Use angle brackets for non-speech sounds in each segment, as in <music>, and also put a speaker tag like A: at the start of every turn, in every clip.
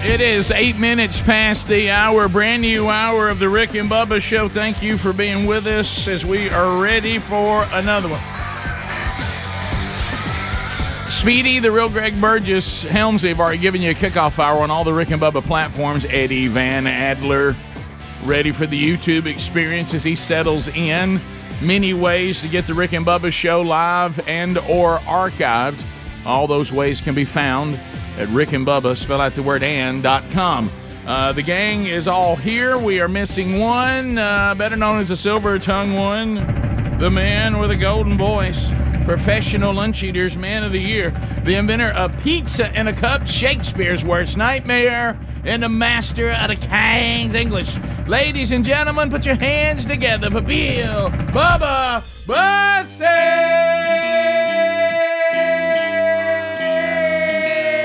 A: It is eight minutes past the hour, brand new hour of the Rick and Bubba show. Thank you for being with us as we are ready for another one. Speedy, the real Greg Burgess, Helmsley have already given you a kickoff hour on all the Rick and Bubba platforms. Eddie Van Adler, ready for the YouTube experience as he settles in. Many ways to get the Rick and Bubba show live and or archived. All those ways can be found at Rick and Bubba, spell out the word and, dot com. Uh, the gang is all here. We are missing one, uh, better known as the silver tongue one the man with a golden voice, professional lunch eaters, man of the year, the inventor of pizza in a cup, Shakespeare's worst nightmare, and the master of the King's English. Ladies and gentlemen, put your hands together for Bill Bubba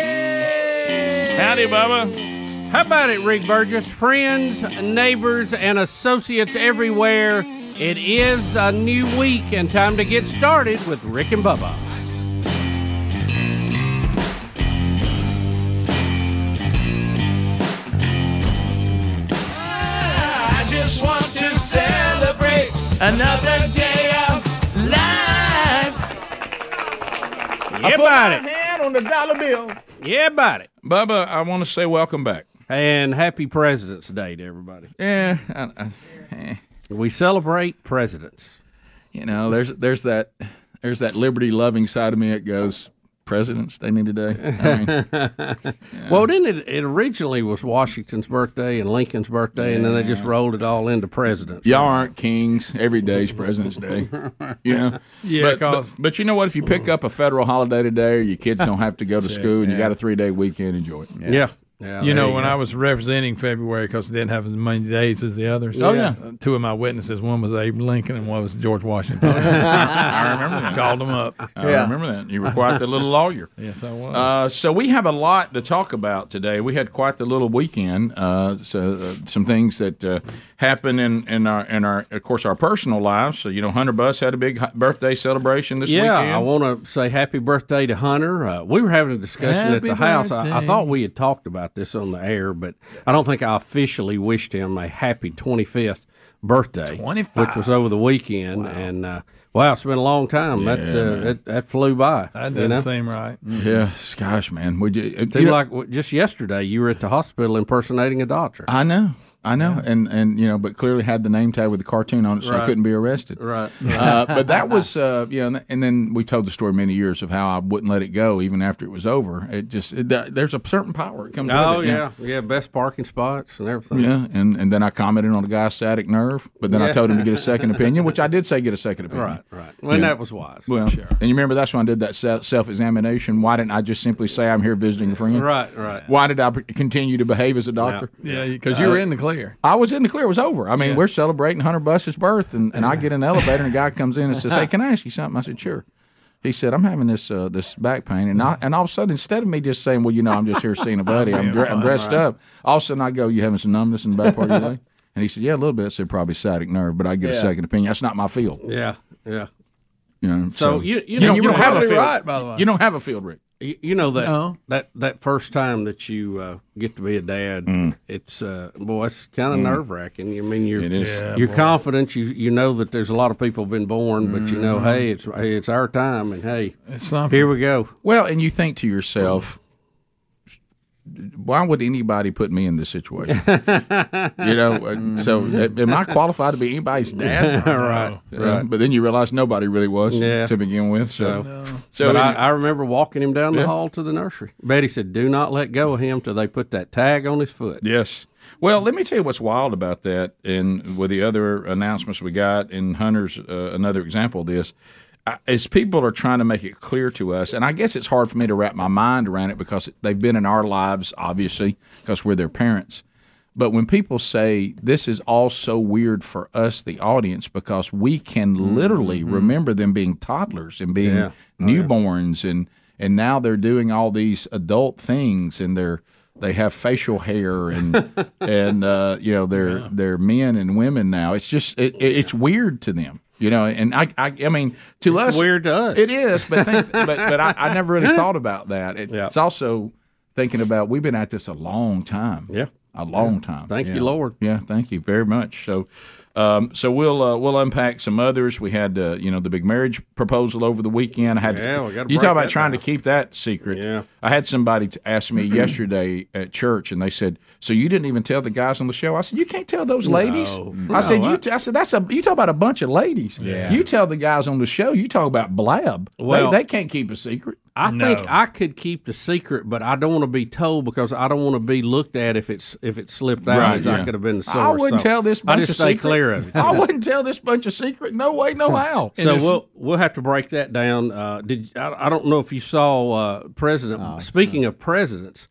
A: Bussey. Howdy, Bubba.
B: How about it, Rick Burgess? Friends, neighbors, and associates everywhere, it is a new week and time to get started with Rick and Bubba.
A: I just want to celebrate another day of life.
C: <laughs>
B: Yeah, about it.
A: hand on the dollar bill.
B: Yeah, about it.
A: Bubba, I want to say welcome back.
B: And happy President's Day to everybody.
A: Yeah, I, I, eh,
B: We celebrate presidents.
A: you know, there's there's that there's that liberty loving side of me that goes presidents they need today. I mean, <laughs>
B: <laughs> Well, then it, it originally was Washington's birthday and Lincoln's birthday, and then they just rolled it all into presidents.
A: y'all aren't kings. Every day's President's Day. You know.
D: Yeah,
A: but, but,
D: 'cause-
A: but you know what? If you pick up a federal holiday today, your kids don't have to go
D: <laughs>
A: to school, and you got a three day weekend. Enjoy it.
B: Yeah. Yeah,
D: You
B: there
D: know,
B: go.
D: when I was representing February, because it didn't have as many days as the others.
A: Oh, yeah.
D: uh, Two of my witnesses, one was Abe Lincoln and one was George Washington.
A: <laughs> I remember that.
D: Called them up.
A: Uh, I remember that. You were quite the little lawyer.
D: Yes, I was.
A: Uh, so we have a lot to talk about today. We had quite the little weekend. Uh, so uh, some things that uh, happened in, in our in our of course our personal lives. So you know, Hunter Bus had a big hi- birthday celebration this
B: Yeah,
A: weekend.
B: I want to say happy birthday to Hunter. Uh, we were having a discussion at
D: Happy
B: the house. I, I
D: birthday.
B: thought we had talked about this on the air, but I don't think I officially wished him a happy 25th birthday,
D: 25.
B: which was over the weekend. And uh, wow, it's been a long time. that, uh, that that flew by.
D: that
B: you
D: doesn't
B: know? Mm-hmm.
D: seem right.
A: yeah, gosh, man, would you? it-
B: Seemed
A: you know-
B: like w- just yesterday you were at the hospital impersonating a doctor.
A: I know. I know, and and you know, but clearly had the name tag with the cartoon on it, so I couldn't be arrested.
B: <laughs> Right.
A: Uh, but that was, uh, you know, and th- and then we told the story many years of how I wouldn't let it go even after it was over. It just it, there's a certain power it <laughs> comes.
B: Oh
A: with it, you know.
B: yeah, yeah. Best parking spots and everything.
A: Yeah, and, and then I commented on the guy's static nerve, but then I told him to get a second opinion, which I did say get a second opinion.
B: Right, right. Well, that was wise.
A: Well, and you remember that's when I did that self examination. Why didn't I just simply say I'm here visiting a friend?
B: Right, right.
A: Why did I p- continue to behave as a doctor?
D: Yeah, because
A: Uh,
D: you were in the clear.
A: I was in the clear. It was over. I mean, we're celebrating Hunter Buss's birth, and, and I get in an elevator, and a
B: <laughs>
A: guy comes in and says, "Hey, can I ask you something?" I said, "Sure." He said, "I'm having this uh, this back pain," and I, and all of a sudden, instead of me just saying, "Well, you know, I'm just here seeing a
B: <laughs>
A: buddy," I'm, dre- I'm dressed up. All of a sudden, I go, "You having some numbness in the back part of your
B: <laughs>
A: leg?" And he said, "Yeah, a little bit." I said, "Probably sciatic nerve, but I get a second opinion. That's not my field."
B: Yeah, yeah.
A: You know,
B: So you you,
A: You
B: know,
A: don't- you don't have a
D: Probably
A: field.
D: right, by the way.
A: you don't have a field, Rick.
B: You, you know that
D: No.
B: that that first time that you uh, get to be a dad, it's uh, boy, it's kind of nerve wracking. I mean, you're
A: Mm. It is. Yeah,
B: you're confident. You you know that there's a lot of people been born, but you know, hey, it's hey, it's our time, and hey,
D: It's something.
B: here we go.
A: Well, and you think to yourself, why would anybody put me in this
B: <laughs>
A: situation? you know, uh, so a- am I qualified to be
D: <laughs>
A: anybody's dad?
B: All <laughs> right.
A: You know, But then you realize nobody really was
B: Yeah.
A: to begin with. So, so
B: But I,
A: any-
B: I remember walking him down the
A: Yeah.
B: hall to the nursery. Betty said, "Do not let go of him till they put that tag on his foot."
A: yes. Well, let me tell you what's wild about that, and with the other announcements we got, and Hunter's uh, another example of this. I- As people are trying to make it clear to us, and I guess it's hard for me to wrap my mind around it because they've been in our lives, obviously, because we're their parents. But when people say this is all so weird for us, the audience, because we can
B: Mm-hmm.
A: literally remember them being toddlers and being
D: Yeah.
B: Oh,
A: newborns, and and now they're doing all these adult things, and they're they have facial hair
B: <laughs>
A: and and uh, you know they're they're men and women now. It's just it, it, it's weird to them, you know. And I I, I mean to
B: It's
A: us
B: weird to us.
A: it is, but think, but but I, I never
B: <laughs>
A: really thought about that. It-
D: Yeah.
A: It's also thinking about we've been at this a long time.
B: Yeah.
A: a long time.
B: Thank
A: yeah.
B: you, Lord.
A: Yeah, thank you very much. So, um, so we'll uh, we'll unpack some others. We had uh, you know the big marriage proposal over the weekend. I had
B: Yeah, we gotta
A: you
B: break
A: talk about
B: that
A: trying
B: down.
A: to keep that secret.
B: Yeah.
A: I had somebody t- ask
B: <clears throat>
A: me yesterday at church, and they said, "So you didn't even tell the guys on the show?" I said, "You can't tell those ladies." I said, "You," t- I said, "That's a you talk about a bunch of ladies.
D: Yeah.
A: You tell the guys on the show. You talk about blab.
B: Well-
A: they, they can't keep a secret.
B: I
D: No.
B: think I could keep the secret, but I don't want to be told because I don't want to be looked at if it's if it slipped out
A: Right,
B: as
A: yeah.
B: I could have been the source.
A: I wouldn't
B: So
A: tell this.
B: I
A: Bunch
B: just
A: of
B: stay
A: secret.
B: clear of it. <laughs>
A: I wouldn't tell this bunch of secret. No way, no how.
B: So
D: it's-
B: we'll we'll have to break that down. Uh, did I, I don't know if you saw uh, President. speaking of presidents,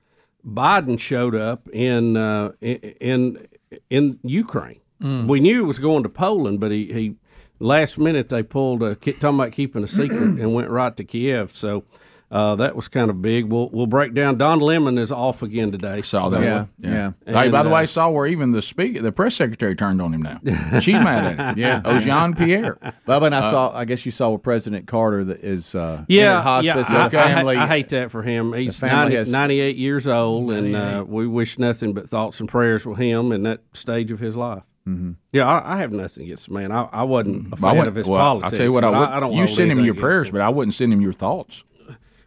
B: Biden showed up in uh, in in, in Ukraine. We knew it was going to Poland, but he, he last minute they pulled a ki- talking about keeping a secret and went right to Kiev. So. Uh, that was kind of big. We'll we'll break down. Don Lemon is off again today. Uh,
A: Saw that
D: Yeah,
A: one.
D: yeah.
A: hey, by
B: And,
A: the
B: uh,
A: way, I saw where even the speaker, the press secretary turned on him now. She's mad at
E: <laughs>
B: <laughs>
A: him.
E: Yeah.
A: Oh, Uh, Jean Pierre.
E: Bubba, and I saw. I guess you saw with President Carter that is uh, in
B: yeah,
E: hospice
B: yeah. I,
E: and a
B: I ha-
E: family.
B: I, hate that for him. He's
E: family
B: 90,
E: has-
B: 98 years old, and uh, we wish nothing but thoughts and prayers with him in that stage of his life. Mm-hmm. Yeah, I, I have nothing against the man. I, I wasn't
A: Mm-hmm. I
B: a fan
A: wouldn't-
B: of his
A: well,
B: politics.
A: I'll tell you what. I,
B: but
A: would,
B: don't
A: you
B: hold
A: send him
B: anything
A: your
B: against
A: prayers,
B: him.
A: but I wouldn't send him your thoughts.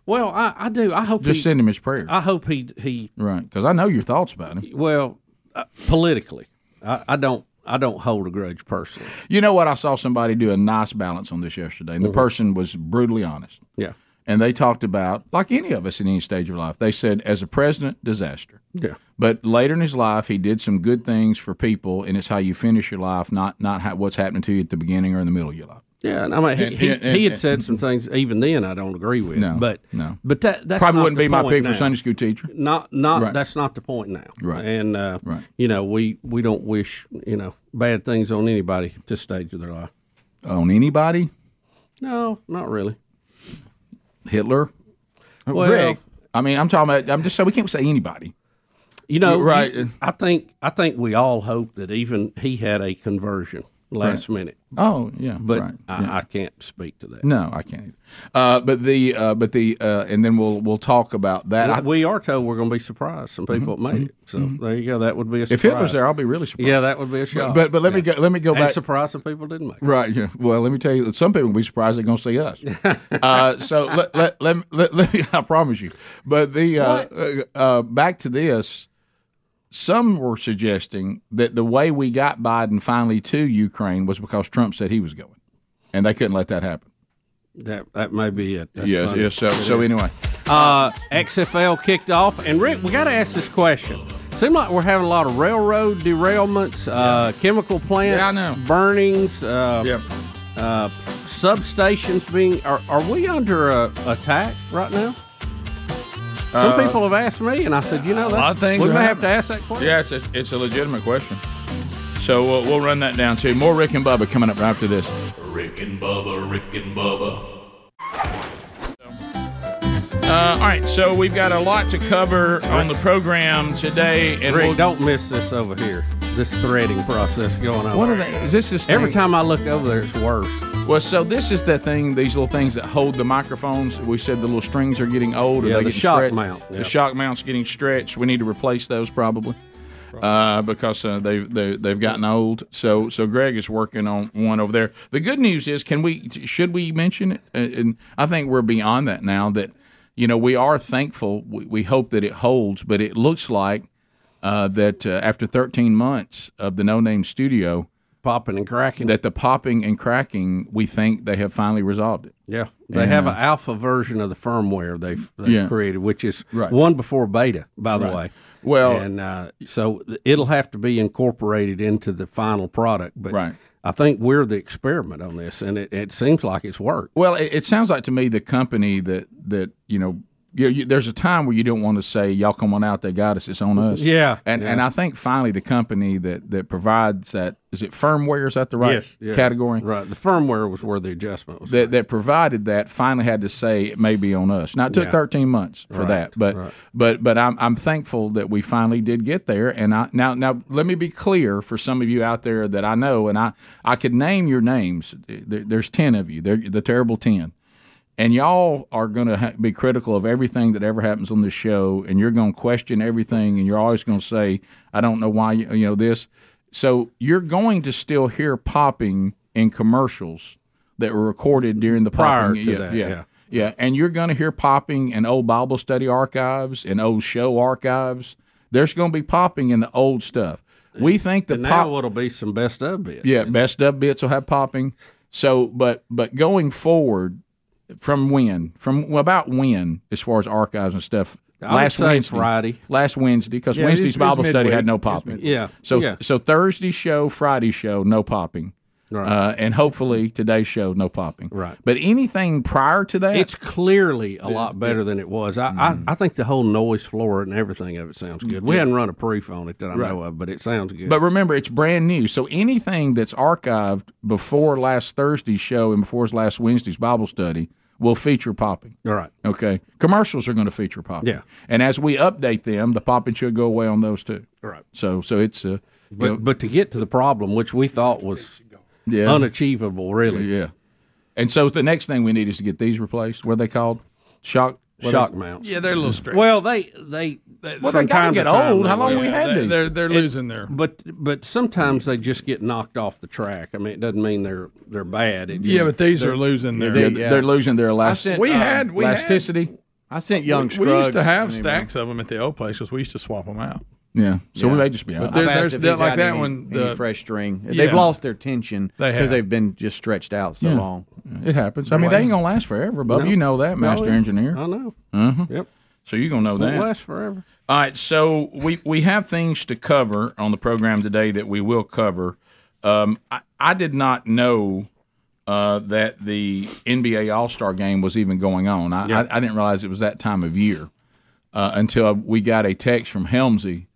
B: Well, I, I do. I hope
A: Just
B: he,
A: send him his prayers,
B: I hope he he
A: right? Because I know your thoughts about him.
B: well uh, politically. I, I don't I don't hold a grudge personally.
A: You know what? I saw somebody do a nice balance on this yesterday,
B: Mm-hmm.
A: and the person was brutally honest.
B: Yeah,
A: And they talked about, like any of us in any stage of life, they said, as a president, disaster.
B: yeah.
A: But later in his life, he did some good things for people, and it's how you finish your life, not not how, what's happening to you at the beginning or in the middle of your life.
B: Yeah, and I mean, he,
A: And-
B: he,
A: and- and-
B: he had said some things even then I don't agree with.
A: No,
B: but
A: no.
B: but that that's
A: Probably
B: not
A: wouldn't
B: the
A: be my
B: point
A: pick
B: now.
A: for Sunday school teacher.
B: not not
A: Right.
B: that's not the point now
A: Right.
B: and uh
A: Right.
B: you know we we don't wish you know bad things on anybody at this stage of their life
A: On anybody,
B: no not really
A: Hitler.
B: well
E: Rick.
A: I mean, I'm talking about. I'm just saying we can't say anybody.
B: you know
A: Right.
B: you- i think i think we all hope that even he had a conversion last minute
A: Oh yeah,
B: but
A: right.
B: I, I can't speak to that
A: no, I can't. Either. Uh, but the uh, but the uh, and then we'll we'll talk about that. I, Mm-hmm.
B: we are told we're going to be surprised some people made it so there you go that would be a surprise
A: if Hitler's there, I'll be really surprised.
B: yeah that would be a shock
A: But but let me go. Let me go
B: and
A: back.
B: surprised some people didn't make it
A: Right. Yeah. Well, let me tell you, some people will be surprised they're going to see
B: <laughs>
A: us. uh, so let let, let let let me. <laughs> I promise you. But the uh, uh, uh, back to this, some were suggesting that the way we got Biden finally to Ukraine was because Trump said he was going, and they couldn't let that happen.
B: that that may be it That's
A: yes.
B: funny.
A: Yes. So so anyway,
B: Uh, XFL kicked off, and Rick, we got to ask this question. Seem like we're having a lot of railroad derailments, uh, chemical plant
A: Yeah, I know.
B: burnings, uh, uh, substations being. Are, are we under a, attack right now? Some
A: Uh,
B: people have asked me, and I said, you know,
A: lot
B: that's,
A: of things
B: we
A: are
B: may have to
A: happening.
B: ask that question.
A: Yeah, it's a, it's a legitimate question. So we'll, we'll run that down too. More Rick and Bubba coming up right after this.
F: Rick and Bubba, Rick and Bubba,
A: Uh, all right, so we've got a lot to cover on the program today, and
B: Rick,
A: we'll,
B: don't miss this over here. This threading process going on.
A: what are they? Is this this
B: Every
A: thing-
B: time I look over there, it's worse.
A: Well, so this is the thing. These little things that hold the microphones. We said the little strings are getting old. Or
B: Yeah,
A: they
B: the
A: getting
B: shock
A: stretched.
B: mount, yeah.
A: The shock mount's getting stretched. We need to replace those probably. Uh, because uh, they they they've gotten old, so so Greg is working on one over there. The good news is, can we should we mention it? And- And I think we're beyond that now. That you know we are thankful. We, we hope that it holds, but it looks like uh, that uh, after 13 months of the No Name Studio,
B: Popping and cracking.
A: that the popping and cracking, we think they have finally resolved it.
B: Yeah, they have an alpha version of the firmware they've, they've
A: uh, Yeah.
B: created, which is
A: Right.
B: one before beta, by the way.
A: Well-
B: and uh, so it'll have to be incorporated into the final product. But
A: Right.
B: I think we're the experiment on this, and it, it seems like it's worked.
A: Well, it, it sounds like to me the company that that you know you, you, there's a time where you don't want to say, "Y'all come on out, they got us, it's on us."
B: Yeah,
A: and and I think finally the company that that provides that is it firmware is that the right
B: Yes, yeah.
A: category
B: Right. The firmware was where the adjustment was.
A: that that provided that finally had to say it may be on us. Now it took 13 months for that, but but but I'm I'm thankful that we finally did get there. And I now now let me be clear for some of you out there that I know, and I I could name your names. There- There's 10 of you. They're the terrible 10. And y'all are going to ha- be critical of everything that ever happens on this show, and you're going to question everything, and you're always going to say, "I don't know why you, you know this." So you're going to still hear popping in commercials that were recorded during the
B: Prior
A: popping.
B: to
A: yeah,
B: that,
A: yeah,
B: yeah.
A: yeah. And you're going to hear popping in old Bible study archives and old show archives. There's going to be popping in the old stuff. We think the
B: And
A: pop.
B: now it'll be some best of bits.
A: Yeah, best of bits will have popping. So, but but going forward, from when? From well, about when? As far as archives and stuff.
B: I would
A: last
B: say
A: Wednesday,
B: Friday.
A: Last Wednesday, because
D: Yeah,
A: Wednesday's
D: it's- it's
A: Bible study had
D: midweek.
A: no
D: It's
A: popping.
B: Yeah.
A: So
B: yeah.
A: so Thursday show, Friday show, no popping.
B: Right.
A: Uh, and hopefully today's show, no popping.
B: Right.
A: But anything prior to that,
B: It's clearly a lot better than it was. I,
A: Mm-hmm.
B: I, I think the whole noise floor and everything of it sounds good. We hadn't run a proof on it that I know of, but it sounds good.
A: But remember, it's brand new. So anything that's archived before last Thursday's show and before last Wednesday's Bible study will feature popping.
B: all right.
A: Okay. Commercials are going to feature popping.
B: Yeah.
A: And as we update them, the popping should go away on those too.
B: Right.
A: So so it's uh, you
B: But,
A: know,
B: but to get to the problem, which we thought was
A: yeah
B: unachievable, really.
A: yeah. And so the next thing we need is to get these replaced. What are they called? Shock what are
B: Shock
A: they-
B: mounts.
D: Yeah, they're a little stretched.
B: Well, they they,
A: Well, they
B: from
A: gotta
B: time
A: get
B: to time,
A: old.
B: they
A: How long
B: will.
A: we had
D: they,
A: these?
D: they're they're losing their.
B: But but sometimes they just get knocked off the track. I mean, it doesn't mean they're they're bad. It
D: Yeah,
B: just-
D: but these are losing their.
A: Yeah,
E: they- yeah.
A: They're losing their elasticity.
E: said, We uh,
D: had- we had-
A: elasticity.
E: I sent young
D: we
E: Scruggs
D: used to have
E: an email.
D: stacks of them at the old place because we used to swap them out.
A: Yeah. So we may just be out.
D: they're-
E: I've asked
D: there's
E: if
D: that-
E: he's
D: like
E: had
D: that
E: any-
D: one,
E: any
D: the-
E: fresh string.
D: Yeah.
E: They've lost their tension
D: They
E: because
D: have.
E: they've been just stretched out so
A: Yeah.
E: long.
A: It happens. I mean, they ain't gonna last forever, Bub. You know that, master engineer. Uh-huh.
B: I know. Yep.
A: So you gonna know
B: Won't
A: that.
B: last forever.
A: All right. So we we have things to cover on the program today that we will cover. Um, I, I did not know uh, that the NBA All Star Game was even going on. I, I, I didn't realize it was that time of year uh, until we got a text from Helmsy.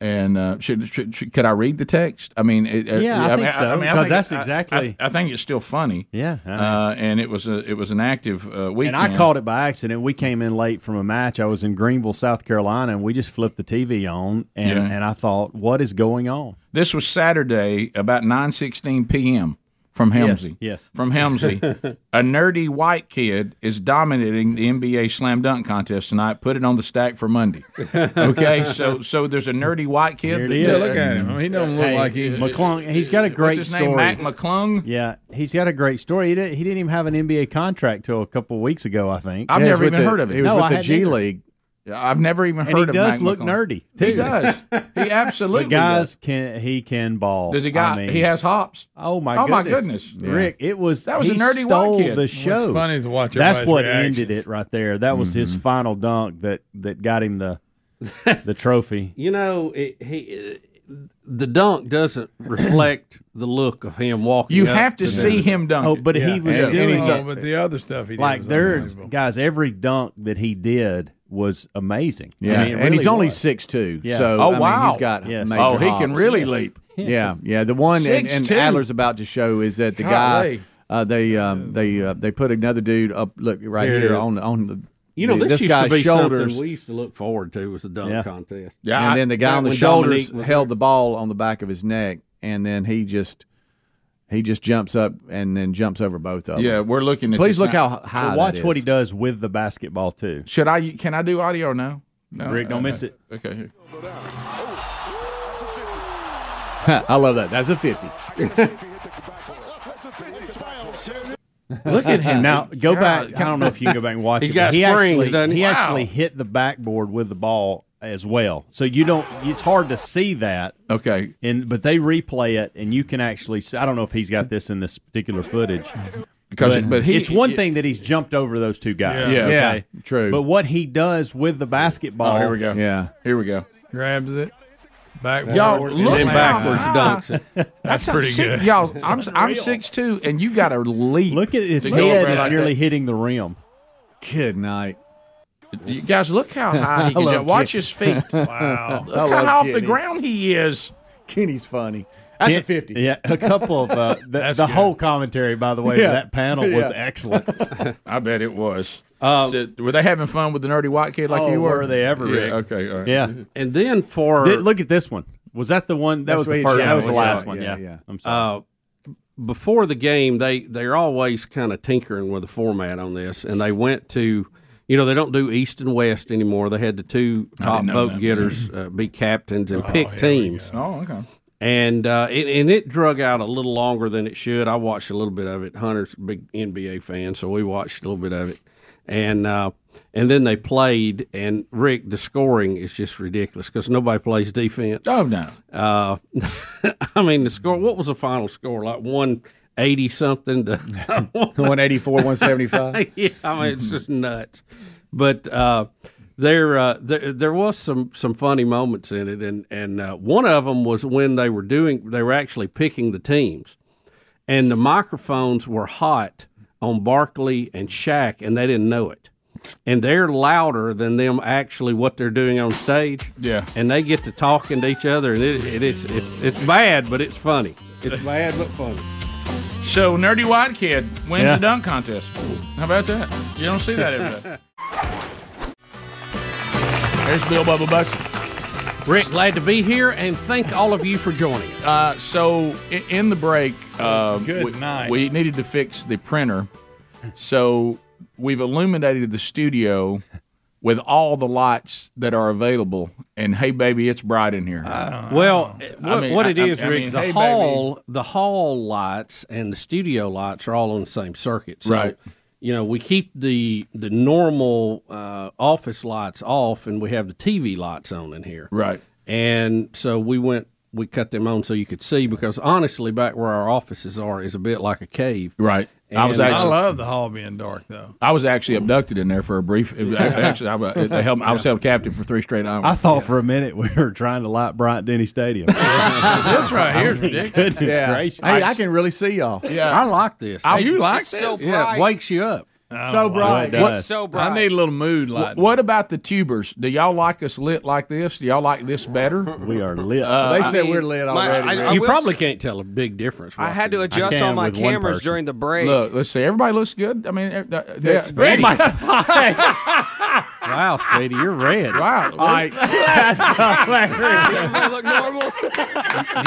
A: And uh, should, should, should could I read the text? I mean, it,
G: Yeah, I
A: mean,
G: think so,
A: mean, think-
G: because that's
A: I- I-
G: exactly-
A: I, think it's still funny.
G: Yeah, I know.
A: uh, and it was a it was an active uh, weekend.
G: And I caught it by accident. We came in late from a match. I was in Greenville, South Carolina, and we just flipped the TV on, and,
A: Yeah.
G: and I thought, what is going on?
A: This was Saturday, about nine sixteen p.m. from Helmsy.
G: Yes, yes.
A: From Helmsy,
G: <laughs>
A: <laughs> a nerdy white kid is dominating the NBA slam dunk contest tonight. Put it on the stack for Monday.
G: <laughs>
A: Okay, so so there's a nerdy white kid.
G: Here it
A: that-
G: is.
D: Yeah,
A: that-
D: look at him. I mean, he don't look
G: Hey,
D: like he.
G: McClung, he's got a
A: What's
G: great
A: his
G: story.
A: name? Mac McClung.
G: yeah, he's got a great story. He, did, he didn't even have an NBA contract till a couple weeks ago, I think.
A: I've
E: Yeah,
A: never
E: he
A: even
E: was with the-
A: heard of
E: He
A: him.
E: was
G: No, I
E: with the
G: hadn't
E: G
G: either.
E: League.
A: I've never even
G: and
A: heard
G: he
A: of
G: does
A: Mac
G: look
A: McClung.
G: nerdy.
A: He
G: too. <laughs>
A: does. He absolutely
G: The guys
A: does.
G: can he can ball.
A: Does he
G: I
A: got?
G: mean-
A: he has hops.
G: Oh my
A: Oh,
G: goodness.
A: my goodness.
G: Rick! It was
A: That was
G: he
A: a nerdy white
G: stole
A: kid.
G: the
A: What's
G: show.
D: What's funny is to watch.
G: That's
D: everybody's
G: what
D: reactions.
G: ended it right there. That was his final dunk that that got him the the trophy.
B: You know, it, he uh, <laughs> the dunk doesn't reflect the look of him walking.
A: You
B: up
A: have to see him dunk.
G: Oh,
A: it.
G: but he was
A: Yeah.
D: And,
G: doing
D: oh,
G: so-
D: but the other stuff he did
G: like
D: was
G: there's
D: unbelievable.
G: guys. Every dunk that he did was amazing. I
E: Yeah,
G: mean, it
E: and he's
G: really
E: only
G: was.
E: six two.
G: Yeah.
E: So
A: Oh,
E: I mean,
A: wow.
E: he's got
G: Yes.
E: major
A: oh, he can
E: hops.
A: really
B: <laughs>
A: leap.
E: Yeah, yeah. The one and, and
A: 6'2".
E: Adler's about to show is that the
A: Golly.
E: guy uh, they um, they uh, they put another dude up. Look right
B: Here it
E: here,
B: is.
E: on the on the
B: You know,
E: the-
B: this,
E: this
B: used
E: guy's
B: to be
E: shoulders,
B: something we used to look forward to was the dunk
G: Yeah.
B: contest.
A: Yeah,
E: and then the guy
B: back
E: on the
B: when
E: shoulders
B: Dominique was
E: held the ball on the back of his neck, and then he just he just jumps up and then jumps over both of them.
A: yeah, we're looking at.
E: Please
A: this
E: look
A: now.
E: how high.
G: But
E: that
G: watch what he
E: is.
G: does with the basketball too.
A: Should I? Can I do audio now? No,
G: Rick, don't
A: Uh,
G: miss it.
A: Okay. here.
E: <laughs> I love that. That's
A: <laughs>
E: a fifty.
A: Look at him
G: Now go
A: God,
G: back. I
A: God.
G: don't know if you can go back
A: <laughs>
G: and watch
B: He's
G: it.
B: got
G: but he
B: springs,
G: actually
B: doesn't he?
G: he
B: Wow.
G: actually hit the backboard with the ball as well. So you don't. It's hard to see that.
A: Okay.
G: And but they replay it, and you can actually. See, I don't know if he's got this in this particular footage,
A: Because but, he,
G: it's one thing that he's jumped over those two guys.
A: Yeah.
E: Yeah, true.
G: But what he does with the basketball,
A: Oh, here we go.
E: yeah,
A: Here we go.
D: grabs it back.
A: Y'all look
B: Then
A: Wow.
B: backwards dunks. it.
D: <laughs> That's
A: I'm
D: pretty
A: six-
D: good.
A: Y'all, I'm I'm six two, and you got to leap.
G: Look at his
A: to go
G: head
A: over
G: is
A: like
G: nearly hitting the rim.
E: good night.
A: You guys, look how
G: <laughs>
A: high he can
E: love
A: jump. Watch his feet.
D: Wow.
A: Look
E: love
A: how off the
E: Kenny.
A: ground he is.
E: Kenny's funny. That's a
G: Yeah,
E: fifty.
G: Yeah, a couple of uh, the, the whole commentary, by the way,
E: Yeah.
G: of that panel was
E: Yeah.
G: excellent.
A: <laughs>
G: Uh,
A: I bet it was. So, were they having fun with the nerdy white kid like
G: Oh,
A: you were?
G: were they ever,
A: Yeah,
G: Rick.
A: okay. All right.
G: Yeah,
B: Mm-hmm. And then for
G: Did, look at this one. Was that the one? That
E: That's
G: was
E: what
G: the
E: he
G: first.
E: showed.
G: That was the
E: Yeah,
G: last
E: yeah,
G: one. Yeah,
E: yeah.
G: I'm sorry.
B: Uh, before the game, they they're always kind of tinkering with the format on this, and they went to, you know, they don't do East and West anymore. They had the two top
A: know
B: vote
A: that.
B: getters uh, be captains and pick teams,
A: Oh, okay.
B: and uh, it, and it drug out a little longer than it should. I watched a little bit of it. Hunter's a big NBA fan, so we watched a little bit of it, and uh, and then they played. And Rick, the scoring is just ridiculous because nobody plays defense.
A: Oh no.
B: Uh, <laughs> I mean, the score. What was the final score? Like one eighty something. To,
E: <laughs> One eighty four, one seventy five.
B: <laughs> yeah, I mean, it's just nuts. But uh, there, uh, there, there was some some funny moments in it, and and uh, one of them was when they were doing, they were actually picking the teams, and the microphones were hot on Barkley and Shaq, and they didn't know it. And they're louder than them actually what they're doing on stage.
A: Yeah.
B: and they get to talking to each other, and it, it is it's it's bad, but it's funny. It's bad but funny.
A: So nerdy white kid wins
G: Yeah.
A: the dunk contest. How about that? You don't see that every
B: <laughs>
A: day. There's Bill Bubba Bussy.
B: Rick, glad to be here, and thank all of you for joining us. Oh,
A: Uh, so i- in the break, uh,
D: Good
A: we,
D: night.
A: we needed to fix the printer, so we've illuminated the studio with all the lights that are available. And hey, baby, it's bright in here.
B: Well, it- what,
A: mean,
B: what
A: Um, I-
B: it is,
A: I- I
B: Rick,
A: mean,
B: the
A: hey,
B: hall, the hall lights and the studio lights are all on the same circuit. So,
A: Right.
B: You know, we keep the the normal uh, office lights off, and we have the TV lights on in here.
A: right.
B: And so we went, we cut them on so you could see because honestly, back where our offices are is a bit like a cave.
A: Right. <laughs> I was
B: And- uh,
D: I
A: actually.
D: love the hall being dark though.
A: I was actually abducted in there for a brief. it was- Actually, I was, they held, I was held captive for three straight hours.
G: I thought for a minute we were trying to light Bryant Denny Stadium.
D: This right here is ridiculous.
G: Goodness gracious.
E: Hey, I can really see y'all.
B: I
A: yeah,
B: like this.
D: you like
H: It's so
A: <laughs>
D: this?
B: yeah,
H: bright.
B: it wakes you up.
H: Oh
E: So bright.
G: What-
H: It's so bright.
D: I need a little mood light.
A: What about the tubers? Do y'all like us lit like this? Do y'all like this
E: <laughs>
A: better? Uh,
G: We are lit.
E: They said
H: mean,
E: we're lit
H: my-
E: already.
H: I-
E: Rick.
H: I
B: you
H: will
B: probably
H: s-
B: can't tell a big difference.
H: I had to
B: watching it.
H: adjust
G: can
H: all my
G: with one
H: cameras
G: person.
H: during the break.
A: Look, let's see. Everybody looks good. I mean, eh, eh, eh,
E: pretty.
A: oh my-
E: <laughs>
B: Wow, Speedy, you're red.
A: wow. <laughs>
E: All right.
H: I look normal.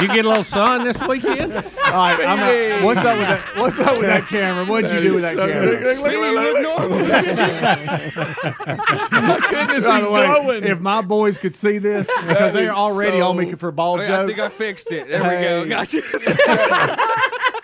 E: <laughs>
B: Did you get a little sun this weekend?
E: All right, I'm out. What's up with that? What's up with that camera? What'd you do with that camera?
H: Speedy, you look normal.
A: <laughs>
E: Goodness, he's going. If my boys could see this, because they're already on me for ball
H: Oh, I
E: jokes.
H: think I fixed it. There
E: Hey.
H: we go. Got
E: <laughs>
H: you.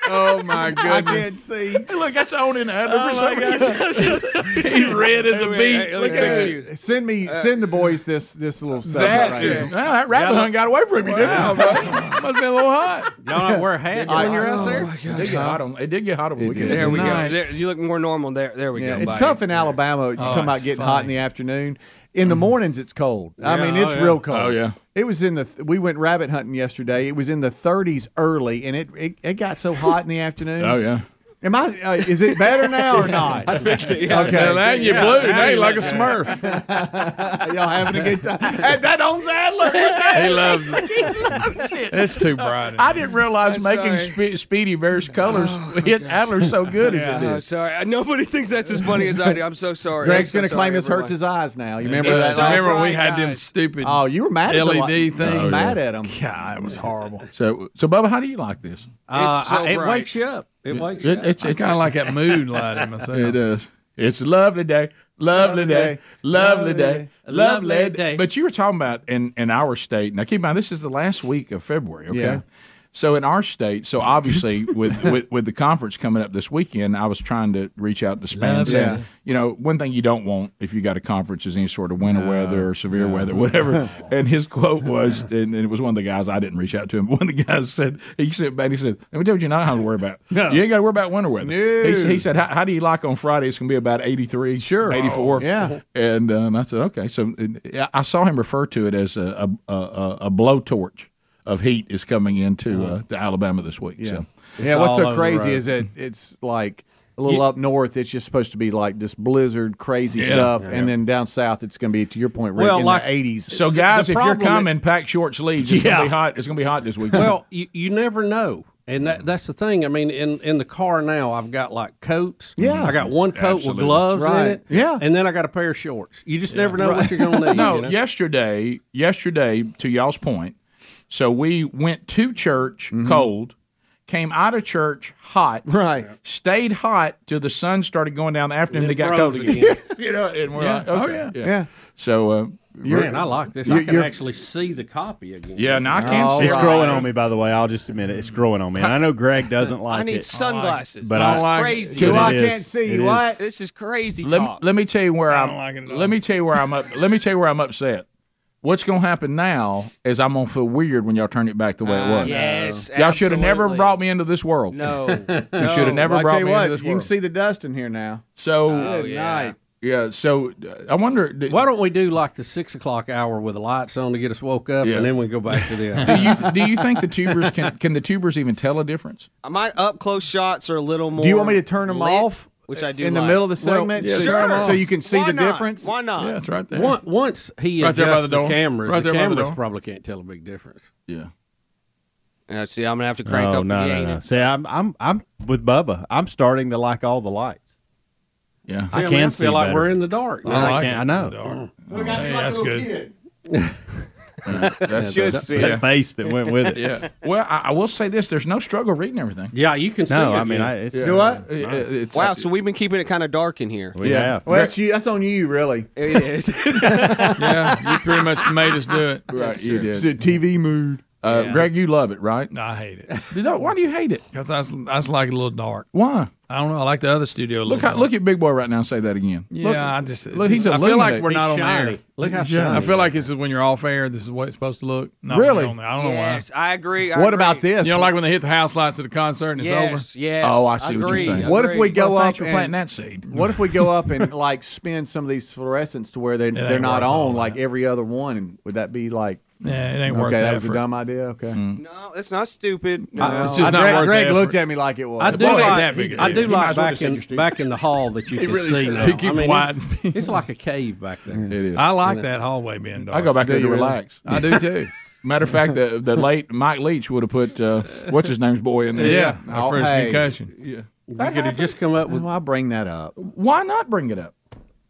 D: Oh
H: <laughs>
A: <laughs>
D: my goodness!
E: see.
A: Look, that's on in
H: Oh
A: <laughs> the
D: He red as a
H: Hey,
D: beat.
H: look at you.
E: Send me, send the boys this this little segment.
D: that
E: right
D: is-
E: here.
A: Well, that rabbit hunt got away from you, didn't
D: Wow, bro.
A: <laughs>
D: Must have been a little hot.
B: Y'all not wear hats when you're out there?
E: Oh,
A: it? It did get hot on. It did get hot on the weekend.
E: did.
H: There we
D: Nice.
H: go. There, you look more normal. There, there we
E: Yeah,
H: go.
E: it's
H: buddy.
E: tough in Alabama. You're talking about
D: it's
E: getting hot in the afternoon. In the mornings, it's cold. I mean, it's real cold.
A: Oh, yeah.
E: It was in the. Th- we went rabbit hunting yesterday. It was in the 30s early, and it it, it got so hot in the afternoon.
A: Oh yeah.
E: Am I? Uh, is it better now or not?
H: I fixed it. Yeah,
E: Okay.
D: Now that you
B: Yeah,
D: blue.
B: now
D: Now
B: you
D: you like a
B: look-
D: Smurf.
E: Y'all having a good time? Hey, that owns Adler.
D: He loves it. It's
H: <laughs>
D: too bright.
A: I didn't realize
H: I'm
A: making
H: sorry. Oh,
A: spe- Speedy various colors hit Adler so good as it
H: I'm
A: did.
H: sorry. I- Nobody thinks that's as funny as I do. I'm so sorry.
E: Greg's
H: I'm
E: going to
H: so
E: claim
H: sorry,
E: this hurts his
H: everyone.
E: eyes now. You remember
H: It's
E: that?
H: so
E: last-
D: Remember we
H: bright,
D: had them
H: guys.
D: stupid. E
E: oh, you were mad at
D: LED
E: the,
D: thing.
E: Mad at him.
A: <laughs>
D: God, it was horrible.
A: So, so Bubba, how do you like this?
B: Uh,
H: It's so
B: I- it
H: bright.
B: wakes you up. It wakes you
A: It,
B: up.
A: it's
D: I
A: it's
D: kind of like that mood lighting
A: <laughs>
D: myself.
A: It is. It's a lovely day. Lovely day. Lovely day. Lovely
B: Lovely
A: day.
B: day.
A: But you were talking about in, in our state. Now keep in mind this is the last week of February, okay?
E: Yeah.
A: So in our state, so obviously with, with with the conference coming up this weekend, I was trying to reach out to Spain.
E: Yeah.
A: Yeah. You know, one thing you don't want if you got a conference is any sort of winter weather or severe weather,
E: <laughs>
A: whatever. and his quote was, and, and it was one of the guys I didn't reach out to him. <laughs> But one of the guys said he said, and he said, "Let me tell you, you're not how to worry
E: <laughs>
A: about. You ain't got to worry about winter weather." He, s- he said, how, "How do you like on Friday? It's going to be about 83, sure, 84,
E: Oh, yeah.
A: And, uh, and I said, "Okay." So and I- I saw him refer to it as a a, a, a blowtorch of heat is coming into uh, to Alabama this week. So
E: Uh-huh. Yeah, what's
B: all
E: so
B: over uh,
E: crazy is
B: us.
E: that it's like A little up north, it's just supposed to be like this blizzard, crazy stuff, and then down south, it's going to be to your point, Rick,
B: Well,
E: in
B: like-
E: the eighties.
A: So, guys, if you're
B: problem i-
A: coming, pack short sleeves. It's gonna be hot. It's gonna be hot this week.
B: well, you, you never know. And that, that's the thing. I mean, in, in the car now, I've got like coats. Yeah. I got one coat
A: Absolutely.
B: with gloves in
E: Right.
B: it.
E: Yeah.
B: And then I got a pair of shorts. You just never know what you're going to
A: <laughs>
B: need.
A: no,
B: you know?
A: yesterday, yesterday, to y'all's point, so we went to church cold, came out of church hot,
E: Mm-hmm. Right.
A: Stayed hot till the sun started going down in the afternoon. They got cold
B: froze
D: <laughs>
A: again, you know. And we're like,
D: Oh,
A: okay,
D: yeah.
E: Yeah.
A: So, uh,
B: Man, I like this. I can
E: you're-
B: actually see the copy again.
A: yeah, no, I can't
E: All
A: see.
G: It's
A: it.
E: right.
G: growing on me, by the way. I'll just admit it. It's growing on me. And I know Greg doesn't like
H: I need
G: it.
H: sunglasses.
G: But
H: this is
D: I-
H: crazy.
E: Well,
G: But
E: I
G: it is.
E: can't see
G: It is.
E: what.
H: This is crazy
A: Let, me-
H: talk.
A: let me tell you where
D: I
A: I'm.
D: don't like it at all.
A: let me tell you where I'm up. Let me tell you where I'm upset. What's gonna happen now is I'm gonna feel weird when y'all turn it back the way it was.
H: Uh, yes,
A: Y'all should have never
H: absolutely.
A: brought me into this world.
H: No,
A: <laughs> You should have never
E: Well, Oh, I
A: brought
E: tell you
A: me
E: what,
A: into this
E: you can
A: world.
E: see the dust in here now. Oh,
A: so
E: Good night.
A: Yeah, so uh, I wonder. d-
B: Why don't we do like the six o'clock hour with the lights on to get us woke up,
A: Yeah.
B: and then we go back to
A: do
B: this?
A: you do you think the <laughs> tubers
B: <laughs>
A: can can the tubers even tell
H: <laughs>
A: a difference?
H: my up close shots are a little more.
E: Do you want me to turn them
H: lit,
E: off?
H: Which I do
E: in the
H: like.
E: middle of the segment,
D: yeah,
E: so,
D: turn 'em off.
E: so you can see
H: Why
E: the
H: not?
E: difference.
H: Why not?
D: Yeah, it's right there.
B: Once, once he
D: Right there by
B: adjusts
D: the
B: the,
D: door.
B: cameras,
D: Right there
B: the
D: by the
B: cameras
D: door.
B: probably can't tell a big difference.
A: Yeah.
H: Yeah, see, I'm gonna have to crank
G: No,
H: up
G: no,
H: the
G: no,
H: game.
G: no. See, I'm, I'm, I'm with Bubba. I'm starting to like all the lights.
A: Yeah.
B: See, I, mean,
G: can
B: I feel
G: see
B: like
G: better.
B: we're in the dark.
G: I
D: like
G: can't-
D: it.
G: I know.
D: Dark. Hey, that's good.
A: <laughs> That's
H: Good speed.
G: That face that went with it.
A: <laughs> Yeah. Well, I, I will say this: there's no struggle reading everything.
B: Yeah, you can see.
G: No,
B: it,
G: I mean,
B: yeah.
G: I, it's,
E: Do what?
A: It- it- it's
H: Wow,
A: like-
H: so we've been keeping it kind of dark in here.
G: We
A: Yeah.
G: have.
E: Well, that's you. That's on you, really.
H: It
E: <laughs>
H: is.
D: yeah, you pretty much made us do it.
A: right, you
E: It's
A: did.
E: a TV mood.
A: Uh, Greg, you love it, right?
D: No, I hate it
A: No, Why do you hate it?
D: because I, was- I just like it a little dark.
A: Why?
D: I don't know. I like the other studio. A little
A: Look, how,
D: dark.
A: look at Big Boy right now. and Say that again.
D: Yeah,
A: Look-
D: I just.
A: look,
D: it's
A: he's
D: just- I feel like
A: illuminated.
D: we're
A: He's
D: not on
B: shiny.
D: air.
B: Look how
A: Yeah.
B: shiny.
D: I feel like this is when you're off air. This is what it's supposed to look. Not
A: Really?
D: When you're on there. I don't know why.
H: yes, I agree. I
E: What
H: agree.
E: about this?
D: You know, like when they hit the house lights at the concert and it's
H: Yes, yes.
A: Oh, I see what you're
H: agree,
A: saying.
E: what if we
H: agree.
E: go
A: Well,
E: up
A: thanks for planting
E: and
A: that seed.
E: what if we go up and like spin some of these fluorescents to where they they're
D: ain't
E: not
D: worth all
E: on like every other one? And would that be like
D: over? Yeah, it ain't worth
E: okay?
D: the
E: That was a
D: effort.
E: dumb idea. Okay,
A: Mm.
H: No, it's not stupid. No.
D: it's just
E: I-
D: not
E: Greg,
D: worth the
E: Greg
D: effort.
E: looked at me like it was.
B: I do
D: ball ain't
B: like,
D: that big.
B: I do
D: He might
B: like
D: as well
B: back
D: just send
B: in
D: you Steve.
B: back in the hall that you can see now.
D: He keeps
B: I mean,
D: wide.
B: It's, it's like a cave back there.
A: It is.
D: I like that hallway being dark.
A: I go back there to
E: you really?
A: relax. I do too. <laughs> Matter of fact, the, the late Mike Leach would have put uh, what's his name's boy in there.
D: Yeah, my
E: Oh,
D: first
E: hey.
D: concussion.
A: yeah.
B: You could have just come up with.
E: Well, I bring that up.
A: Why not bring it up?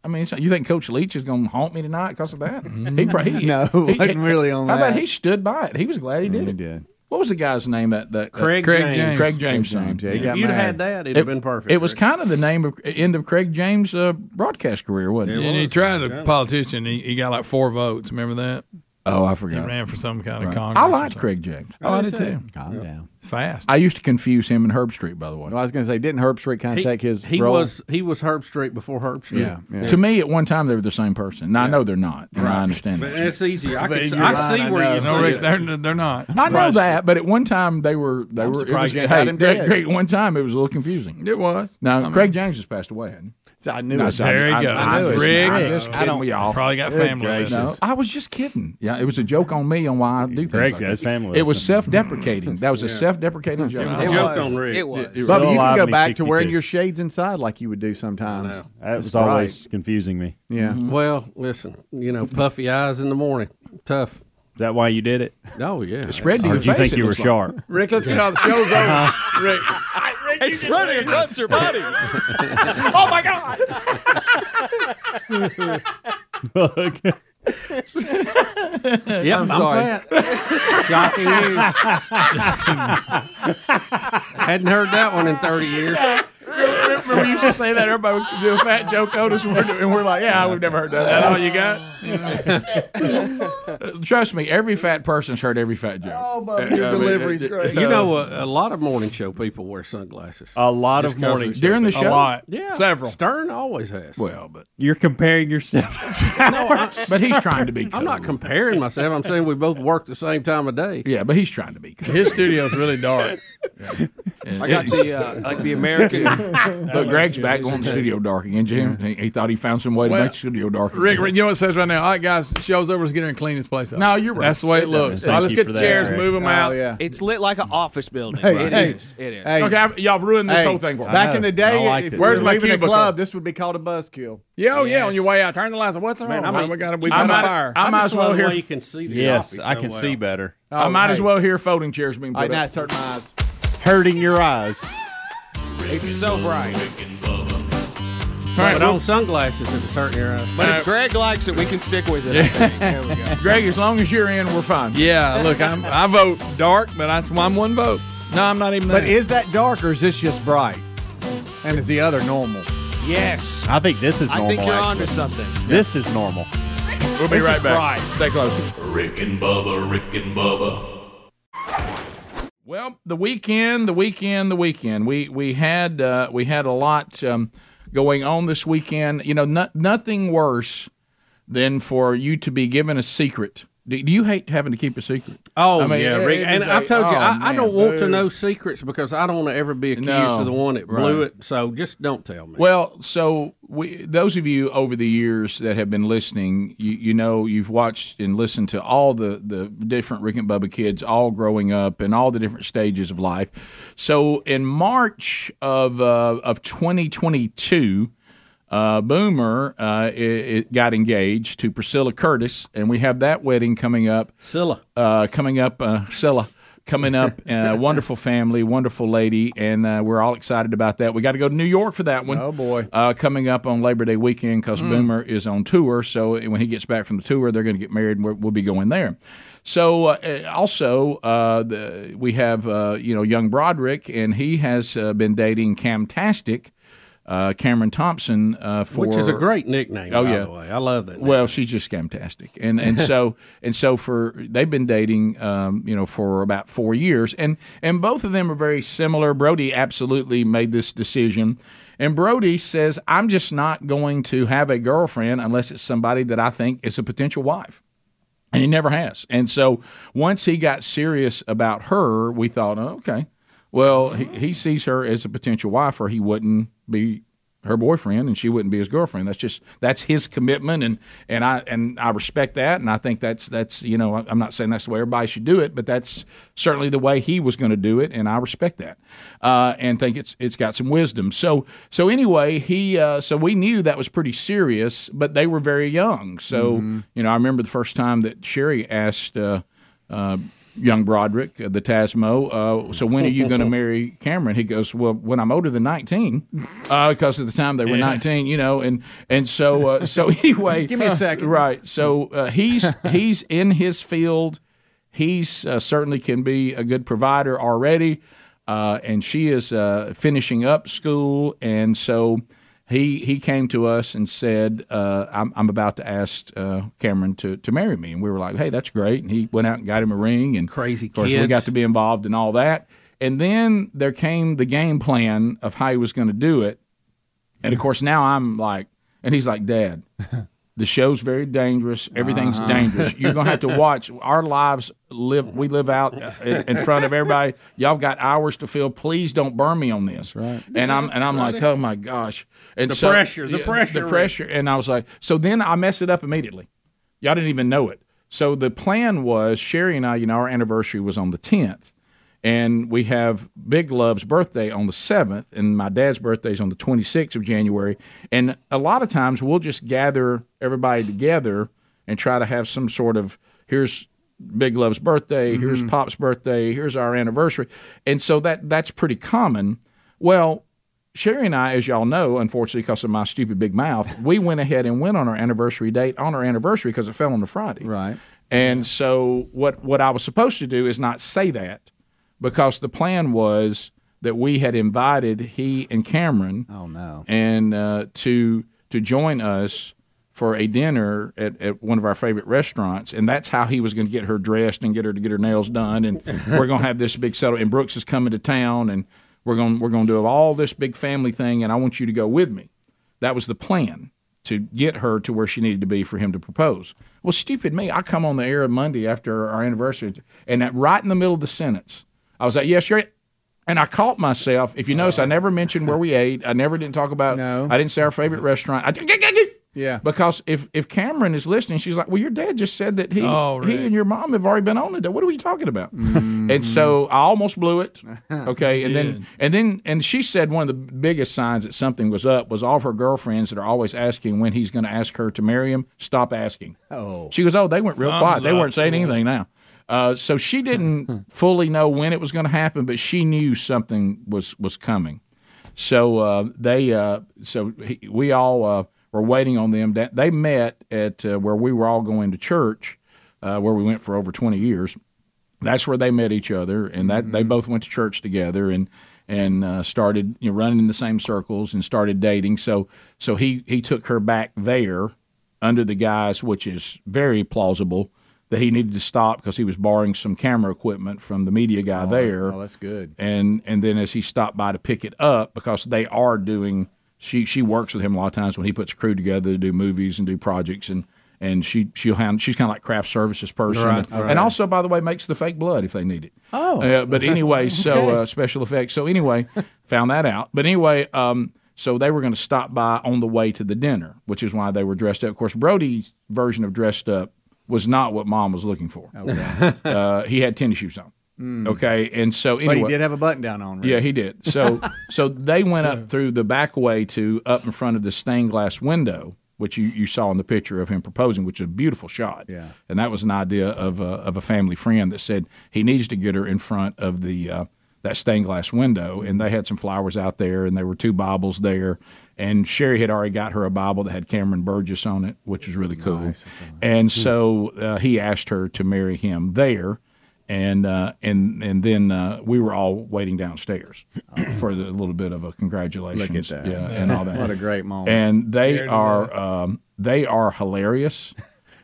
A: I mean, so you think Coach Leach is going to haunt me tonight because of that? He, pro- he
E: No,
A: Mm-hmm. he,
E: wasn't really on
A: How about
E: that.
A: he stood by it? He was glad he did
E: He
A: it.
E: did.
A: What was the guy's name? That, that
B: Craig
A: Craig
B: James.
A: James. Craig James. name.
E: James, yeah, he
B: If
E: got
B: you'd have
E: mad.
B: had that, it'd
A: It,
B: have been perfect.
A: it was
B: Rick.
A: kind of the name of end of Craig James' uh, broadcast career, wasn't it?
D: And he tried a politician. He, he got like four votes. Remember that?
A: Oh, I
D: He
A: forgot.
D: ran for some kind of Congress.
A: I
D: or
A: liked
D: something.
A: Craig James. Oh, I did too.
E: Calm down.
D: Fast.
A: I used to confuse him and Herb Street, by the way.
E: Well, I was going to say, didn't Herb Street kind of
B: he,
E: take his
B: he
E: role?
B: was he was Herb Street before Herb Street.
E: yeah, yeah.
A: To me, at one time, they were the same person. Now I know they're not. and I understand
B: But
A: that.
B: it's easy. I,
E: But
B: can,
E: you're
B: I see
E: right, I
B: where
E: know.
B: you
D: no,
B: see
D: Rick,
B: it.
D: they're, they're not.
A: I know that, but at one time they were they were. It was,
E: surprised you
A: hey,
E: ain't got him
A: Greg,
E: dead.
A: Greg, one time it was a little confusing.
D: It was.
A: Now Craig James has passed away. Hadn't he?
E: So I knew
A: No,
E: it.
A: so I-
D: There you
A: I-
D: go.
A: I,
D: It's
A: was-
D: Rick.
A: I'm just
D: I
A: kidding with y'all.
D: Probably got family. with
G: gracious.
D: us.
A: No, I was just kidding. Yeah, it was a joke on me on why I do things.
G: Greg's
A: like
G: got his
A: that.
G: family with
A: It was
G: us.
A: self-deprecating. That was
E: <laughs>
A: a self-deprecating joke.
H: It
B: joke
H: was.
B: on Rick.
H: It was.
E: Bubba,
G: Still
E: you can
G: alive
E: go
G: and he's
E: back to wearing
G: 62.
E: your shades inside like you would do sometimes.
G: That was
E: bright.
G: always confusing me.
E: Yeah.
B: Mm-hmm.
A: Mm-hmm.
B: Well, listen, you know, puffy eyes in the morning, tough.
G: Is that why you did it?
B: Oh yeah,
A: Spread to
G: Or
A: your
G: did you
A: face,
G: think
A: it
G: you were
A: looks like.
G: sharp? <laughs>
D: Rick, let's get all the shows over. Rick.
H: It's running across your body. oh
A: <laughs>
H: my god!
F: Mm.
G: <laughs>
B: Yep, I'm, fat. Shocking you. Hadn't heard that one in thirty years.
A: Remember, you used to say that everybody would do a fat joke on us, and we're, and we're like, "Yeah, we've never heard that." That all you got? <laughs> Trust me, every fat person's heard every fat joke. Oh,
E: Bubba, your delivery's great.
B: You know,
A: uh,
B: a, a lot of morning show people wear sunglasses.
G: A lot of
B: Just 'cause
G: morning.
B: it's-
A: during the
D: A
A: show.
D: lot.
B: yeah,
D: Several.
B: Stern always has.
A: Well,
B: <laughs>
A: but
G: <laughs> You're comparing yourself.
A: <laughs> but he's trying to be. Cool.
B: I'm not comparing myself. I'm saying we both work the same time of day.
A: Yeah, but he's trying to be. Cool.
D: His studio's really dark.
I: I
A: <laughs>
I: got the uh, like the
B: <laughs>
I: American.
A: Look, Greg's back on Studio Dark again, Jim. He, he thought he found some way to
D: Well,
A: make Studio Dark.
D: Rick, Rick, you know what it says right now? All right, guys, show's over. Let's get in and clean this place up.
A: No, you're right.
D: That's the way it looks. All right, let's
G: you
D: get
G: for
D: the
G: that,
D: chairs,
G: Rick.
D: move them out.
A: Oh,
E: yeah.
I: It's lit like an office building.
E: Hey,
I: It
E: hey.
I: is. It is.
E: Hey,
A: Okay, I've, y'all ruined this
E: hey,
A: whole thing for me.
E: Back in the day,
G: I liked
E: if
G: it.
E: you
A: Where's
E: were
A: my
E: leaving a
A: cubicle?
E: club, this would be called a buzzkill.
D: Yeah, oh, yeah, on
I: Yes.
D: your way out. Turn the lights on. What's wrong?
B: I
D: Oh,
B: mean,
D: we got, we
A: I
D: found a
A: might-
D: fire.
A: I might as well hear.
B: you can see the
G: Yes,
B: office
G: I can
B: so
G: see
B: well.
G: better.
A: I
E: Oh,
A: might
E: hey.
A: as well hear folding chairs being
E: All right,
A: put
E: now
A: up.
E: it's hurting my eyes.
G: Hurting your eyes.
I: It's so bright.
A: All right,
B: Put
A: well,
B: on sunglasses if it's hurting your eyes.
I: But if Greg likes it, we can stick with it. I
E: <laughs>
I: think. There we go.
A: Greg, as long as you're in, we're fine.
D: Yeah, look, I'm, I vote dark, but that's why I'm one vote. No, I'm not even
E: But
D: there.
E: is that dark or is this just bright? And is the other normal?
I: Yes.
G: I think this is
I: I
G: normal.
I: think you're
G: actually.
I: onto something.
G: This is normal.
A: We'll be right back. Stay close.
F: Rick and Bubba, Rick and Bubba,
A: Well, the weekend, the weekend, the weekend. We we had uh, we had a lot um, going on this weekend. You know, no, nothing worse than for you to be given a secret. Do, do you hate having to keep a secret?
B: Oh
A: I mean,
B: yeah,
A: it-
B: Rick.
A: it
B: And
A: was
B: I've
A: like,
B: told you,
A: oh,
B: I, I
A: man.
B: don't want to know secrets because I don't want to
A: <laughs>
B: ever be accused
A: No,
B: of the one that blew
A: right.
B: it. So just don't tell me.
A: Well, so we, those of you over the years that have been listening, you, you know you've watched and listened to all the, the different Rick and Bubba kids all growing up and all the different stages of life. So in March of uh, of 2022, uh, Boomer uh, it, it got engaged to Priscilla Curtis, and we have that wedding coming up
B: Scylla.
A: uh, coming up, uh, Scylla, coming up.
B: <laughs>
A: Uh, wonderful family, wonderful lady, and uh, we're all excited about that. We got to go to New York for that one. Oh boy! Uh, coming up on Labor Day weekend because
B: Mm.
A: Boomer is on tour. So when he gets back from the tour, they're going to get married, and we're, we'll be going there. So uh, also, uh, the, we have uh, you know young Broderick, and he has uh, been dating Camtastic. Uh, Cameron Thompson uh, for
B: Which is a great nickname,
A: Oh,
B: by
A: yeah.
B: the way. I love that.
A: well, she's just scamtastic, and and
B: <laughs>
A: so and so for they've been dating, um, you know, for about four years, and and both of them are very similar. Brody absolutely made this decision, and Brody says, "I'm just not going to have a girlfriend unless it's somebody that I think is a potential wife." and he never has. And so once he got serious about her, we thought, oh, okay, well, he, he sees her as a potential wife, or he wouldn't be her boyfriend, and she wouldn't be his girlfriend. That's just that's his commitment, and and I and I respect that, and I think that's that's you know I- I'm not saying that's the way everybody should do it, but that's certainly the way he was going to do it, and I respect that, uh, and think it's it's got some wisdom. So so anyway, he uh, so we knew that was pretty serious, but they were very young. So you know, I remember the first time that Sherry asked uh, uh, young Broderick, uh, the Tasmo, uh, so when are you going to marry Cameron? He goes, well, when I'm older than 19, because at Uh, the time they were 19, you know, and and so uh, so <laughs> anyway, give
E: me a second.
A: right? So uh, he's he's in his field. He's uh, certainly can be a good provider already, uh, and she is uh, finishing up school, and so he he came to us and said, uh, "I'm I'm about to ask uh, Cameron to to marry me," and we were like, "Hey, that's great!" And he went out and got him a ring, and
B: Crazy
A: Of course, we
B: kids.
A: got to be involved in all that, and then there came the game plan of how he was going to do it, and of course now I'm like, and he's like, "Dad."
B: <laughs>
A: The show's very dangerous. Everything's
B: Uh-huh.
A: dangerous. You're gonna have
B: <laughs>
A: to <laughs> watch our lives live. We live out in, in front of everybody. Y'all got hours to fill. Please don't burn me on this. right. And I'm and I'm like, oh my gosh. And
B: The pressure, the pressure,
A: the
B: Rick.
A: pressure. And I was like, so then I mess it up immediately. Y'all didn't even know it. So the plan was Sherry and I. You know, our anniversary was on the 10th, and we have Big Love's birthday on the 7th, and my dad's birthday's on the 26th of January. And a lot of times we'll just gather everybody together and try to have some sort of here's Big Love's birthday, here's Pop's birthday, here's our anniversary. And so that that's pretty common. Well, Sherry and I, as y'all know, unfortunately, because of my stupid big mouth, we went ahead and went on our anniversary date on our anniversary because it fell on a Friday.
E: Right.
A: And so what what I was supposed to do is not say that because the plan was that we had invited he and Cameron
E: Oh, no.
A: and uh, to to join us for a dinner at, at one of our favorite restaurants, and that's how he was going to get her dressed and get her to get her nails done,
E: <laughs>
A: and we're going to have this big settle. And Brooks is coming to town, and we're going we're going to do all this big family thing, and I want you to go with me. That was the plan to get her to where she needed to be for him to propose. Well, stupid me, I come on the air Monday after our anniversary, and that right in the middle of the sentence, I was like, "Yes, you're." And I caught myself. If you notice, I never mentioned where we ate. I never didn't talk about.
E: No.
A: I didn't say our favorite restaurant. I, <laughs>
E: Yeah.
A: because if if Cameron is listening, she's like, "Well, your dad just said that he
D: Oh, right.
A: he and your mom have already been on today. What are we talking about?" And so I almost blew it. Okay, and then and then and she said one of the biggest signs that something was up was all of her girlfriends that are always asking when he's going to ask her to marry him. Stop asking. Oh, she goes, "Oh, they went real quiet. They weren't saying anything now." Uh, so she didn't fully know when it was going to happen, but she knew something was was coming. So uh, they, uh, so he, we all uh, were waiting on them. That- They met at uh, where we were all going to church, uh, where we went for over twenty years. That's where they met each other, and that
E: Mm-hmm.
A: they both went to church together, and and uh, started you know, running in the same circles and started dating. So so he he took her back there under the guise, which is very plausible. That he needed to stop because he was borrowing some camera equipment from the media guy there
E: Oh, that's good.
A: and and then as he stopped by to pick it up because they are doing she she works with him a lot of times when he puts crew together to do movies and do projects and and she she'll hand, she's kind of like craft services person
B: Right,
A: and, also by the way makes the fake blood if they need it oh uh, but anyway so uh, special effects so anyway found that out but anyway um so they were going to stop by on the way to the dinner which is why they were dressed up of course Brody's version of dressed up was not what mom was looking for
E: Oh,
A: uh, he had tennis shoes on okay and so anyway
E: Hmm. Mm. But he did have a button down on. Right?
A: yeah, he did. So so
E: <laughs>
A: they went up through the back way to up in front of the stained glass window, which you, you saw in the picture of him proposing, which is a beautiful shot.
E: Yeah.
A: And that was an idea of a, of a family friend that said he needs to get her in front of the uh, that stained glass window, and they had some flowers out there, and there were two Bibles there, and Sherry had already got her a Bible that had Cameron Burgess on it, which was really cool. And so uh, he asked her to marry him there and uh, and and then uh, we were all waiting downstairs for the little bit of a congratulations.
E: Oh. Look at that.
A: yeah, and all that.
E: What a great moment.
A: And they are um, they are
G: <laughs>
A: hilarious.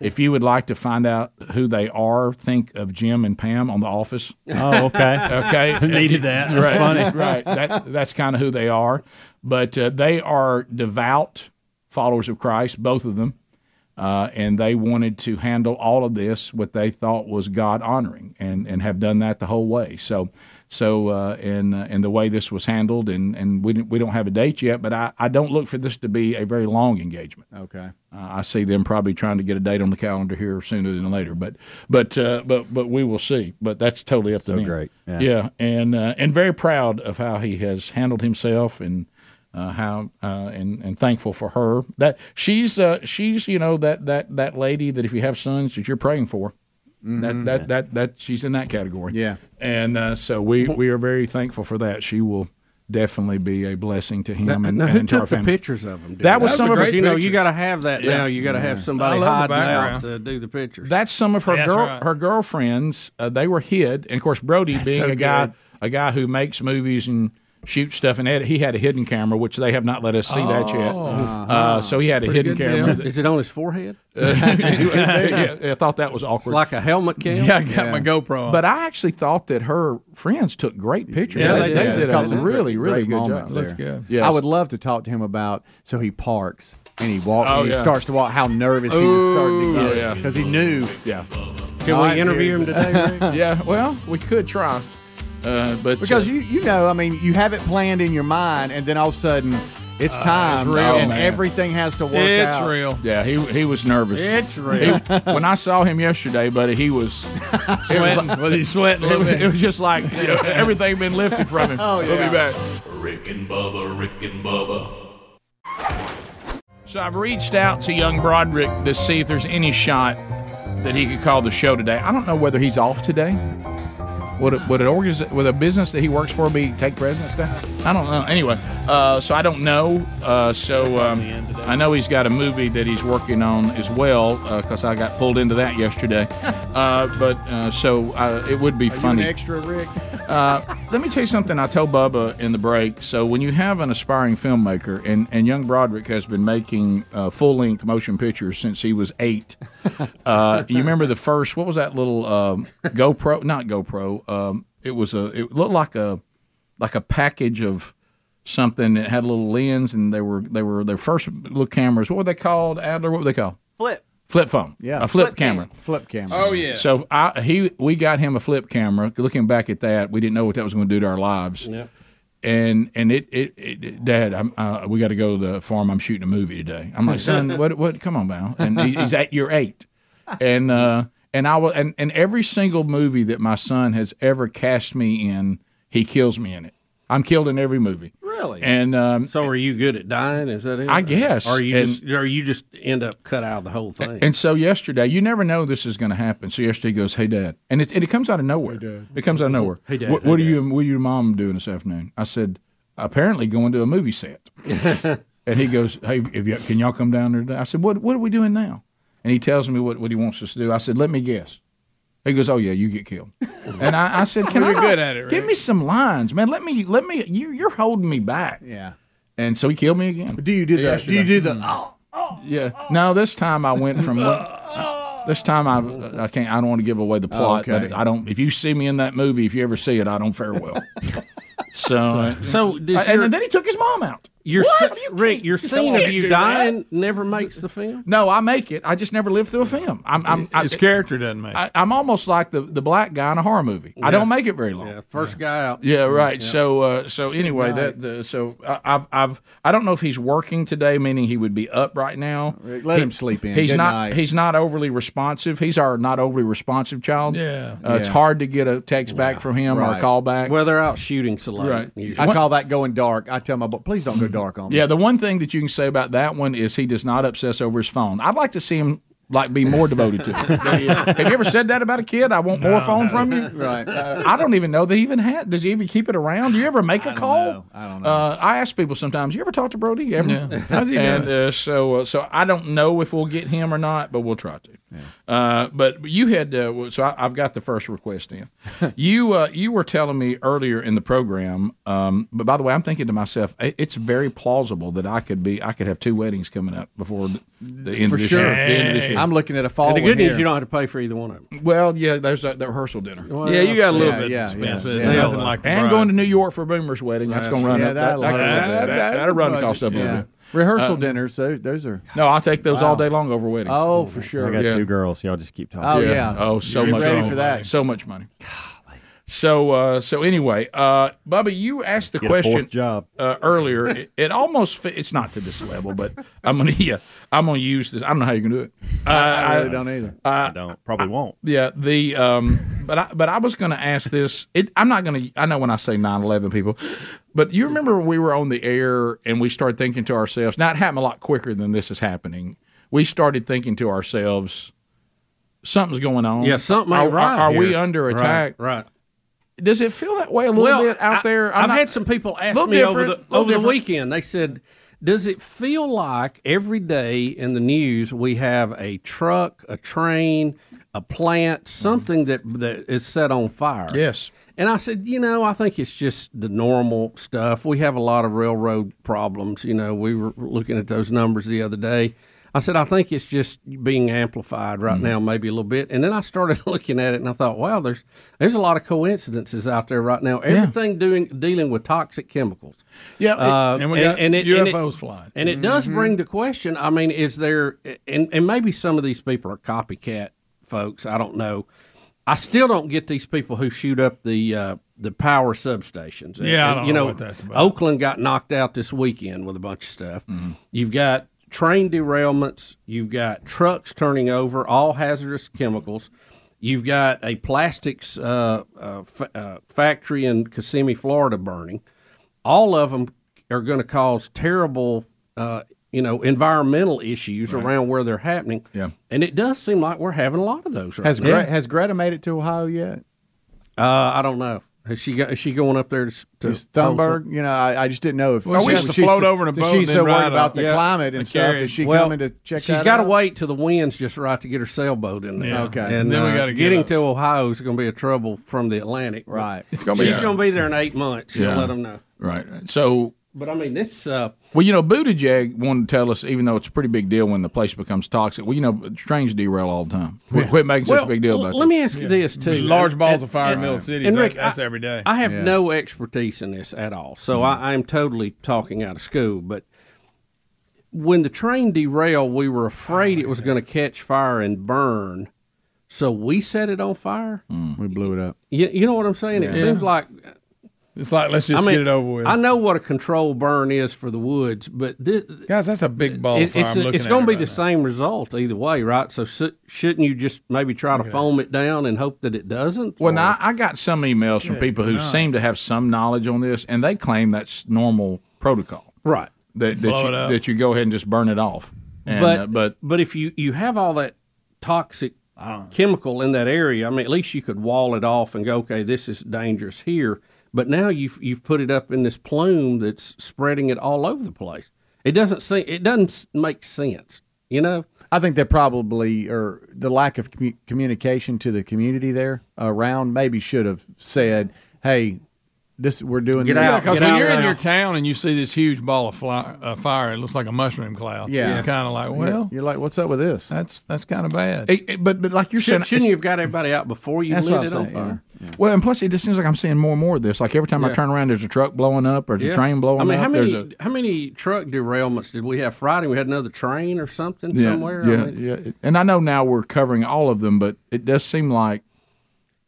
A: If you would like to find out who they are, think of Jim and Pam on The Office.
G: Oh, okay.
A: <laughs> Okay,
G: Needed that. That's funny.
A: right. That, that's kind of who they are. But uh, they are devout followers of Christ, both of them. Uh, and they wanted to handle all of this what they thought was God honoring, and, and have done that the whole way. So, so uh, and uh, and the way this was handled, and, and we didn't, we don't have a date yet, but I, I don't look for this to be a very long engagement.
E: Okay.
A: Uh, I see them probably trying to get a date on the calendar here sooner than later, but but uh, but but we will see. But that's totally up to them.
G: great.
A: yeah,
G: Yeah.
A: and uh, and very proud of how he has handled himself and uh, how uh, and and thankful for her that she's uh, she's you know that that that lady that if you have sons that you're praying for. That, that that that she's in that category.
E: Yeah.
A: and uh, so we we are very thankful for that. She will definitely be a blessing to him and,
B: now,
A: and
B: who
A: to our
B: took the
A: family.
B: pictures of them? dude?
A: That was
B: That's
A: some
B: a
A: of her
B: great- You know, you
A: pictures.
B: got to have that now. You got to have somebody
D: I love the
B: hiding out
D: background.
B: to do the
A: <laughs>
B: pictures.
A: That's some of her
D: That's
A: girl,
D: right.
A: her girlfriends. Uh, they were hid, and of course Brody being
D: so
A: a guy,
D: good.
A: a guy who makes movies and shoots stuff, and edit, he had a hidden camera, which they have not let us see that yet.
D: Oh.
A: Uh, so he had a hidden camera.
B: Is it on his forehead? It's
A: <laughs> yeah, I thought that was awkward.
B: like a helmet cam.
D: <laughs> Yeah, I got my GoPro on.
A: but I actually thought that her friends took great pictures.
D: Yeah,
A: they,
D: they
A: they
D: did.
A: did
E: Caught
A: a
E: some
A: really,
E: great-
A: really
E: great
A: good job.
E: moments
D: That's
E: there.
D: good.
A: Yes.
E: I would love to talk to him about so he parks and he walks
A: Oh,
E: and he
A: yeah.
E: starts to walk how nervous he was starting to
A: Oh,
E: get
A: yeah.
E: because he knew
A: Yeah,
B: Can we interview him today?
E: <laughs>
B: Rick?
A: yeah. Well, we could try, uh, but
E: because
A: uh,
E: you you know I mean you have it planned in your mind and then all of a sudden it's time
D: real,
E: and
A: Uh, man.
E: everything has to work
D: it's
E: out.
D: real.
A: yeah, he he was nervous.
B: It's
A: He-
B: real.
A: when I saw him yesterday, buddy, he
D: <laughs>
A: was sweating.
D: Was he sweating a
A: It
D: little
A: was, it
D: bit?
A: was just like you
D: <laughs>
A: know, everything been lifted from him. Oh, yeah. We'll be back.
F: Rick and Bubba, Rick and Bubba,
A: So I've reached out to young Broderick to see if there's any shot that he could call the show today. I don't know whether he's off today. Would it, would it organiz- would a business that he works for be take President's Day? I don't know. Anyway, uh, so I don't know. Uh, so um, I know he's got a movie that he's working on as well because I got pulled into that yesterday. uh, but uh, so uh, it would be funny.
E: extra Rick.
A: Uh, Let me tell you something I told Bubba in the break. So when you have an aspiring filmmaker, and, and young Broderick has been making uh, full length motion pictures since he was eight. Uh, you remember the first? What was that little um, GoPro? Not GoPro. Um, it was a. It looked like a like a package of something. It had a little lens, and they were they were their first little cameras. What were they called? Adler? What were they called?
I: Flip.
A: Flip phone.
E: Yeah.
A: A flip, camera.
E: Flip camera.
D: yeah.
A: So I, he, we got him a flip camera. Looking back at that, we didn't know what that was going to do to our lives. And and it it, it Dad, I'm, uh, we got to go to the farm. I'm shooting a movie today. I'm like,
D: <laughs>
A: son, what what? Come on, Val. And he, he's at year eight, and uh, and I will and and every single movie that my son has ever cast me in, he kills me in it. I'm killed in every movie.
B: Really?
A: And um,
B: So are you good at dying? Is that it?
A: I guess.
B: Or you
A: And-
B: just or you just end up cut out of the whole thing?
A: And so yesterday, you never know this is going to happen. So yesterday he goes, "Hey Dad," and it, and it comes out of nowhere. It comes out of nowhere. Hey
B: Dad,
A: what,
B: hey,
A: what are you? What are your mom doing this afternoon? I said, apparently going to a movie set. <laughs> and he goes, "Hey, if you, can y'all come down there?" Today? I said, "What What are we doing now?" And he tells me what, what he wants us to do. I said, "Let me guess." He goes, "Oh yeah, you get killed." And I, I
D: <laughs>
A: said, "Can I?
D: good at it,
A: Give me some lines, man. Let me let me. You you're holding me back."
E: Yeah.
A: And so he killed me again. Mm.
E: Do you do the? Do you do the? Oh,
A: Yeah. No, this time I went from one. This time I I can't. I don't want to give away the plot.
E: okay.
A: But I don't. If you see me in that movie, if you ever see it, I don't fare
D: <laughs>
A: well. so, uh,
B: so does
A: and,
B: your,
A: and then he took his mom out.
B: your
A: What?
B: se-
A: You
B: Rick,
A: can't-
B: your scene
A: can't
B: of you
A: do that.
B: dying never makes the film?
A: No, I make it. I just never lived through a film. I'm I'm I,
D: His character doesn't make.
A: I, I'm almost like the the black guy in a horror movie. I don't make it very long.
B: Yeah, first guy out.
A: Yeah, right. So, uh, so anyway, that the, so I, I've I've I don't know if he's working today, meaning he would be up right now.
E: let him sleep in.
A: He's
E: Good
A: not
E: night.
A: he's not overly responsive. He's our not overly responsive child.
D: Yeah.
A: uh, it's hard to get a text back from him or a
E: Right.
A: call back.
B: Well, they're out shooting so late.
A: Right. Mm.
B: usually.
E: I call that going dark. I tell my boy, please don't go dark on me.
A: yeah, the one thing that you can say about that one is he does not obsess over his phone. I'd like to see him. Like be more devoted
E: <laughs>
A: to it. Have you ever said that about a kid? I want more phone from you. <laughs>
E: Right.
A: Uh, I don't even know they even had. Does he even keep it around? Do you ever make a call?
E: know. I don't know.
A: Uh, I ask people sometimes. You ever talk to Brody? Ever? <laughs>
D: How's he
A: and
D: doing?
A: uh, so, uh, so I don't know if we'll get him or not, but we'll try to. Uh, but you had uh, well, so I, I've got the first request in. you uh, you were telling me earlier in the program. Um, but by the way, I'm thinking to myself, i- it's very plausible that I could be I could have two weddings coming up before the end
E: for
A: of this
E: sure.
A: year. The end of this year.
E: I'm looking at a fall.
B: And the
E: one
B: good news,
E: here.
B: you don't have to pay for either one of them.
A: Well, yeah, there's that, that rehearsal dinner.
D: yeah, you got a little
E: Yeah,
D: bit.
E: yeah,
D: Yeah, yeah,
E: yeah.
D: It's
E: Yeah.
D: nothing like the
A: And
D: bride.
A: going to New York for Boomer's wedding. That's going to run
E: Yeah,
A: up.
E: that'll-
A: that,
E: that-
A: that, that'll run cost up a little
E: Yeah.
A: bit.
E: Rehearsal dinners. Those, those are.
A: No, I'll take those all day long over weddings.
E: Oh, for sure.
G: I got
A: Yeah.
G: two girls. Y'all just keep talking.
E: Oh yeah.
A: Oh, so
E: You're
A: much
E: ready
A: money.
E: for that.
A: So much money. So uh, so anyway, uh, Bubba, you asked the question
G: fourth job.
A: Uh, earlier. it, it almost fit, it's not to this level, but I'm gonna <laughs> yeah, I'm gonna use this. I don't know how you can do it. Uh,
E: I really don't either.
G: I don't. Probably won't.
A: yeah, the um, <laughs> but I but I was gonna ask this. It, I'm not gonna. I know when I say 9/11 people, but you remember when we were on the air and we started thinking to ourselves. Now it happened a lot quicker than this is happening. We started thinking to ourselves, something's going on.
B: Yeah, something
A: Mm. Are,
B: ain't right
A: are, are we
B: here.
A: under attack?
B: Right.
A: Does it feel that way a little bit out
B: I-
A: there?
B: I've
A: I'm not-
B: had some people ask
A: Little
B: me over the
A: different, little
B: over the
A: different.
B: weekend. They said, "Does it feel like every day in the news we have a truck, a train, a plant, something that that is set on fire?"
A: Yes.
B: And I said, you know, I think it's just the normal stuff. We have a lot of railroad problems. You know, we were looking at those numbers the other day. I said, I think it's just being amplified right now, maybe a little bit. And then I started <laughs> looking at it and I thought, wow, there's there's a lot of coincidences out there right now. Everything doing dealing with toxic chemicals.
A: Yeah.
B: Uh,
D: And we got
B: and it-
D: UFOs flying.
B: and it does bring the question. I mean, is there, and, and maybe some of these people are copycat folks. I don't know. I still don't get these people who shoot up the uh, the power substations.
D: Yeah, I
B: And,
D: don't
B: you
D: know
B: know,
D: what that's about.
B: Oakland got knocked out this weekend with a bunch of stuff. You've got train derailments. You've got trucks turning over, all hazardous chemicals. You've got a plastics uh, uh, fa- uh, factory in Kissimmee, Florida, burning all of them are going to cause terrible, uh, you know, environmental issues around where they're happening.
A: Yeah.
B: and it does seem like we're having a lot of those. Right
E: Has
B: now.
E: Gre- has Greta made it to Ohio yet?
B: Uh, I don't know. Has she got? Is she going up there to? s- to
E: Is Thunberg, you know, I, I just didn't know if
D: Well, she
E: she's-
D: has to
E: she's
D: float
E: so-
D: over in a
E: so
D: boat and
E: She's
D: then
E: so
D: ride
E: worried about
D: on
E: the
B: Yeah.
E: climate and
D: the
E: stuff.
D: carriage.
E: Is she
B: Well,
E: coming to check
B: She's
E: that
B: got to
E: out?
B: wait till the wind's just right to get her sailboat in there.
D: Yeah.
E: Okay.
B: and
D: Then we
B: uh,
D: gotta get
B: getting
D: up.
B: to Ohio is going to be a trouble from the Atlantic.
E: Right.
D: It's gonna be.
B: she's going to be there in eight months. She'll
A: Yeah.
B: let them know.
A: right. So
B: But I mean, this. Uh,
A: Well, you know, Buttigieg wanted to tell us, even though it's a pretty big deal when the place becomes toxic. Well, you know, trains derail all the time. Quit, quit making such a big deal
B: l-
A: about
B: let
A: this.
B: me ask you this
E: Mm-hmm.
B: too.
D: large balls of fire in
B: And-
D: middle
B: and-
D: cities.
B: and
D: That-
B: Rick,
D: that's
B: I-
D: every day.
B: I have no expertise in this at all, so I, I'm totally talking out of school. But when the train derailed, we were afraid it was going to catch fire and burn, so we set it on fire.
A: Mm.
E: We blew it up.
B: You, you know what I'm saying? It seems like
D: It's like let's just
B: I mean,
D: get it over with,
B: I know what a control burn is for the woods, but this,
D: guys. That's a big ball of
B: it,
D: fire.
B: it's
D: I'm looking
B: it's
D: at
B: going to be
D: right
B: the
D: now.
B: same result either way, right? So s shouldn't you just maybe try to foam it down and hope that it doesn't?
A: Well,
B: Or-
A: now, I got some emails from people who seem to have some knowledge on this, and they claim that's normal protocol
B: right.
A: that that
D: Blow
A: you,
D: it up.
A: that you go ahead and just burn it off. And,
B: but,
A: uh,
B: but
A: but
B: but if you you have all that toxic chemical in that area, I mean, at least you could wall it off and go, okay, this is dangerous here. But now you've you've put it up in this plume that's spreading it all over the place. It doesn't seem it doesn't s- make sense, you know.
E: I think that probably, or the lack of commu- communication to the community there around, maybe should have said, "Hey, this we're doing
B: Get
E: this."
B: out.
D: Because
B: Get
D: when
B: out
D: you're in
B: now.
D: your town and you see this huge ball of fly, uh, fire, it looks like a mushroom cloud.
E: Yeah.
D: you're kind of like, well,
E: You're like, "What's up with this?"
D: that's that's kind of bad.
A: it- it- but but like you're saying,
B: Should, shouldn't you have got everybody out before you
E: That's
B: lit
E: what I'm
B: it on
E: saying.
B: fire?
A: well, and plus it just seems like I'm seeing more and more of this. Like every time I turn around, there's a truck blowing up, or there's
B: Yeah.
A: a train blowing
B: I mean,
A: up.
B: how many
A: there's a
B: how many truck derailments did we have Friday? We had another train or something
A: yeah,
B: somewhere. I
A: Yeah,
B: mean,
A: yeah. And I know now we're covering all of them, but it does seem like,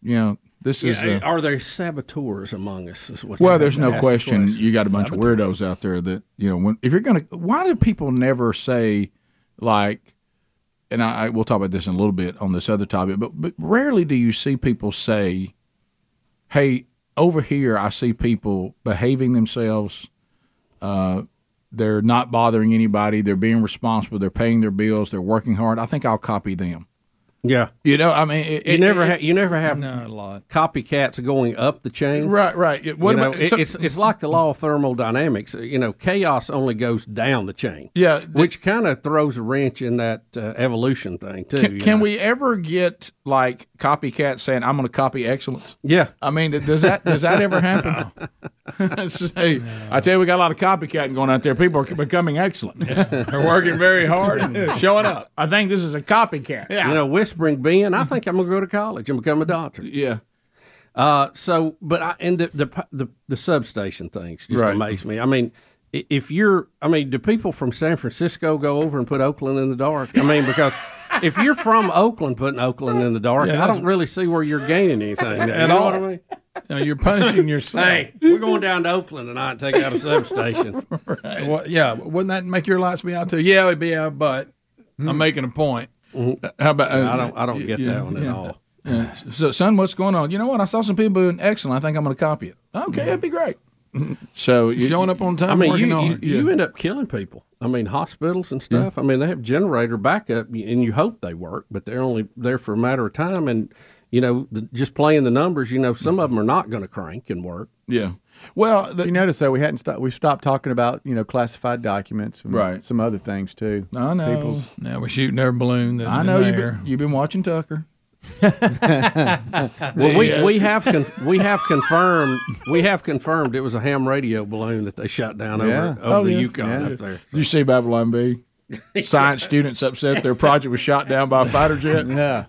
A: you know, this is.
B: yeah,
A: uh,
B: Are there saboteurs among us? Is what
A: well,
B: they-
A: there's no
B: that's the
A: question. You got a bunch of weirdos out there that you know. When if you're gonna, why do people never say like? And I, I we'll talk about this in a little bit on this other topic, but but rarely do you see people say, "Hey, over here, I see people behaving themselves. Uh, they're not bothering anybody. They're being responsible. They're paying their bills. They're working hard. I think I'll copy them."
B: Yeah,
A: You know, I mean, it,
B: you
A: it-
B: never
A: it-
B: ha- you never have
D: Not a lot.
B: copycats going up the chain.
A: right, right. It- what
B: you know,
A: about-
B: it-
A: so-
B: it's it's like the law of thermodynamics. You know, chaos only goes down the chain.
A: Yeah, the-
B: which kind of throws a wrench in that uh, evolution thing too.
A: Can,
B: you
A: can
B: know?
A: we ever get like copycats saying, "I'm going to copy excellence"?
B: Yeah,
A: I mean, does that does that ever happen? <laughs> It's just, hey, I tell you, we got a lot of copycatting going out there. People are becoming
B: <laughs>
A: excellent.
D: They're working very hard and showing up.
A: I think this is a copycat. Yeah,
B: you know, whispering Ben, I think I'm gonna go to college and become a doctor. Uh,
A: yeah.
B: so but I and the the the, the substation things just
A: Right.
B: amaze me. I mean, i- if you're, I mean, do people from San Francisco go over and put Oakland in the dark? I mean, because if you're from Oakland, putting Oakland in the dark, I
D: that's-
B: don't really see where you're gaining anything there.
D: At
B: you know
D: all.
B: What I mean?
D: You know, you're punishing yourself.
B: Hey, we're going down to Oakland tonight and take out a substation.
D: Well, yeah, wouldn't that make your lights be out too? Yeah, it'd be out, but I'm making a point. uh,
A: How about?
B: Hmm. I don't, I don't get that one at all.
A: So, son, what's going on? You know what? I saw some people doing excellent. I think I'm going to copy it. Okay, that'd be great. So, you,
D: Showing up on time,
B: I mean,
D: working
B: you, you,
D: hard.
B: you end up killing people. I mean, hospitals and stuff. I mean, they have generator backup, and you hope they work, but they're only there for a matter of time. And you know, the, just playing the numbers, you know, some of them are not going to crank and work.
A: yeah. Well,
E: You
A: the,
E: notice though, we hadn't stopped. We stopped talking about you know classified documents, and
A: Right.
E: Some other things too.
A: I know.
E: People's
D: now we're shooting our balloon. that-
A: I
D: in
A: know
D: the
A: you've
D: air.
A: been, you've been watching Tucker.
B: <laughs> Well, we, we have con- we
E: <laughs>
B: have confirmed we have confirmed it was a ham radio balloon that they shot down
E: Yeah.
B: over, over the Yukon up there.
A: You see Babylon
B: <laughs>
A: B. Science students upset their project was shot down by a fighter jet.
E: yeah.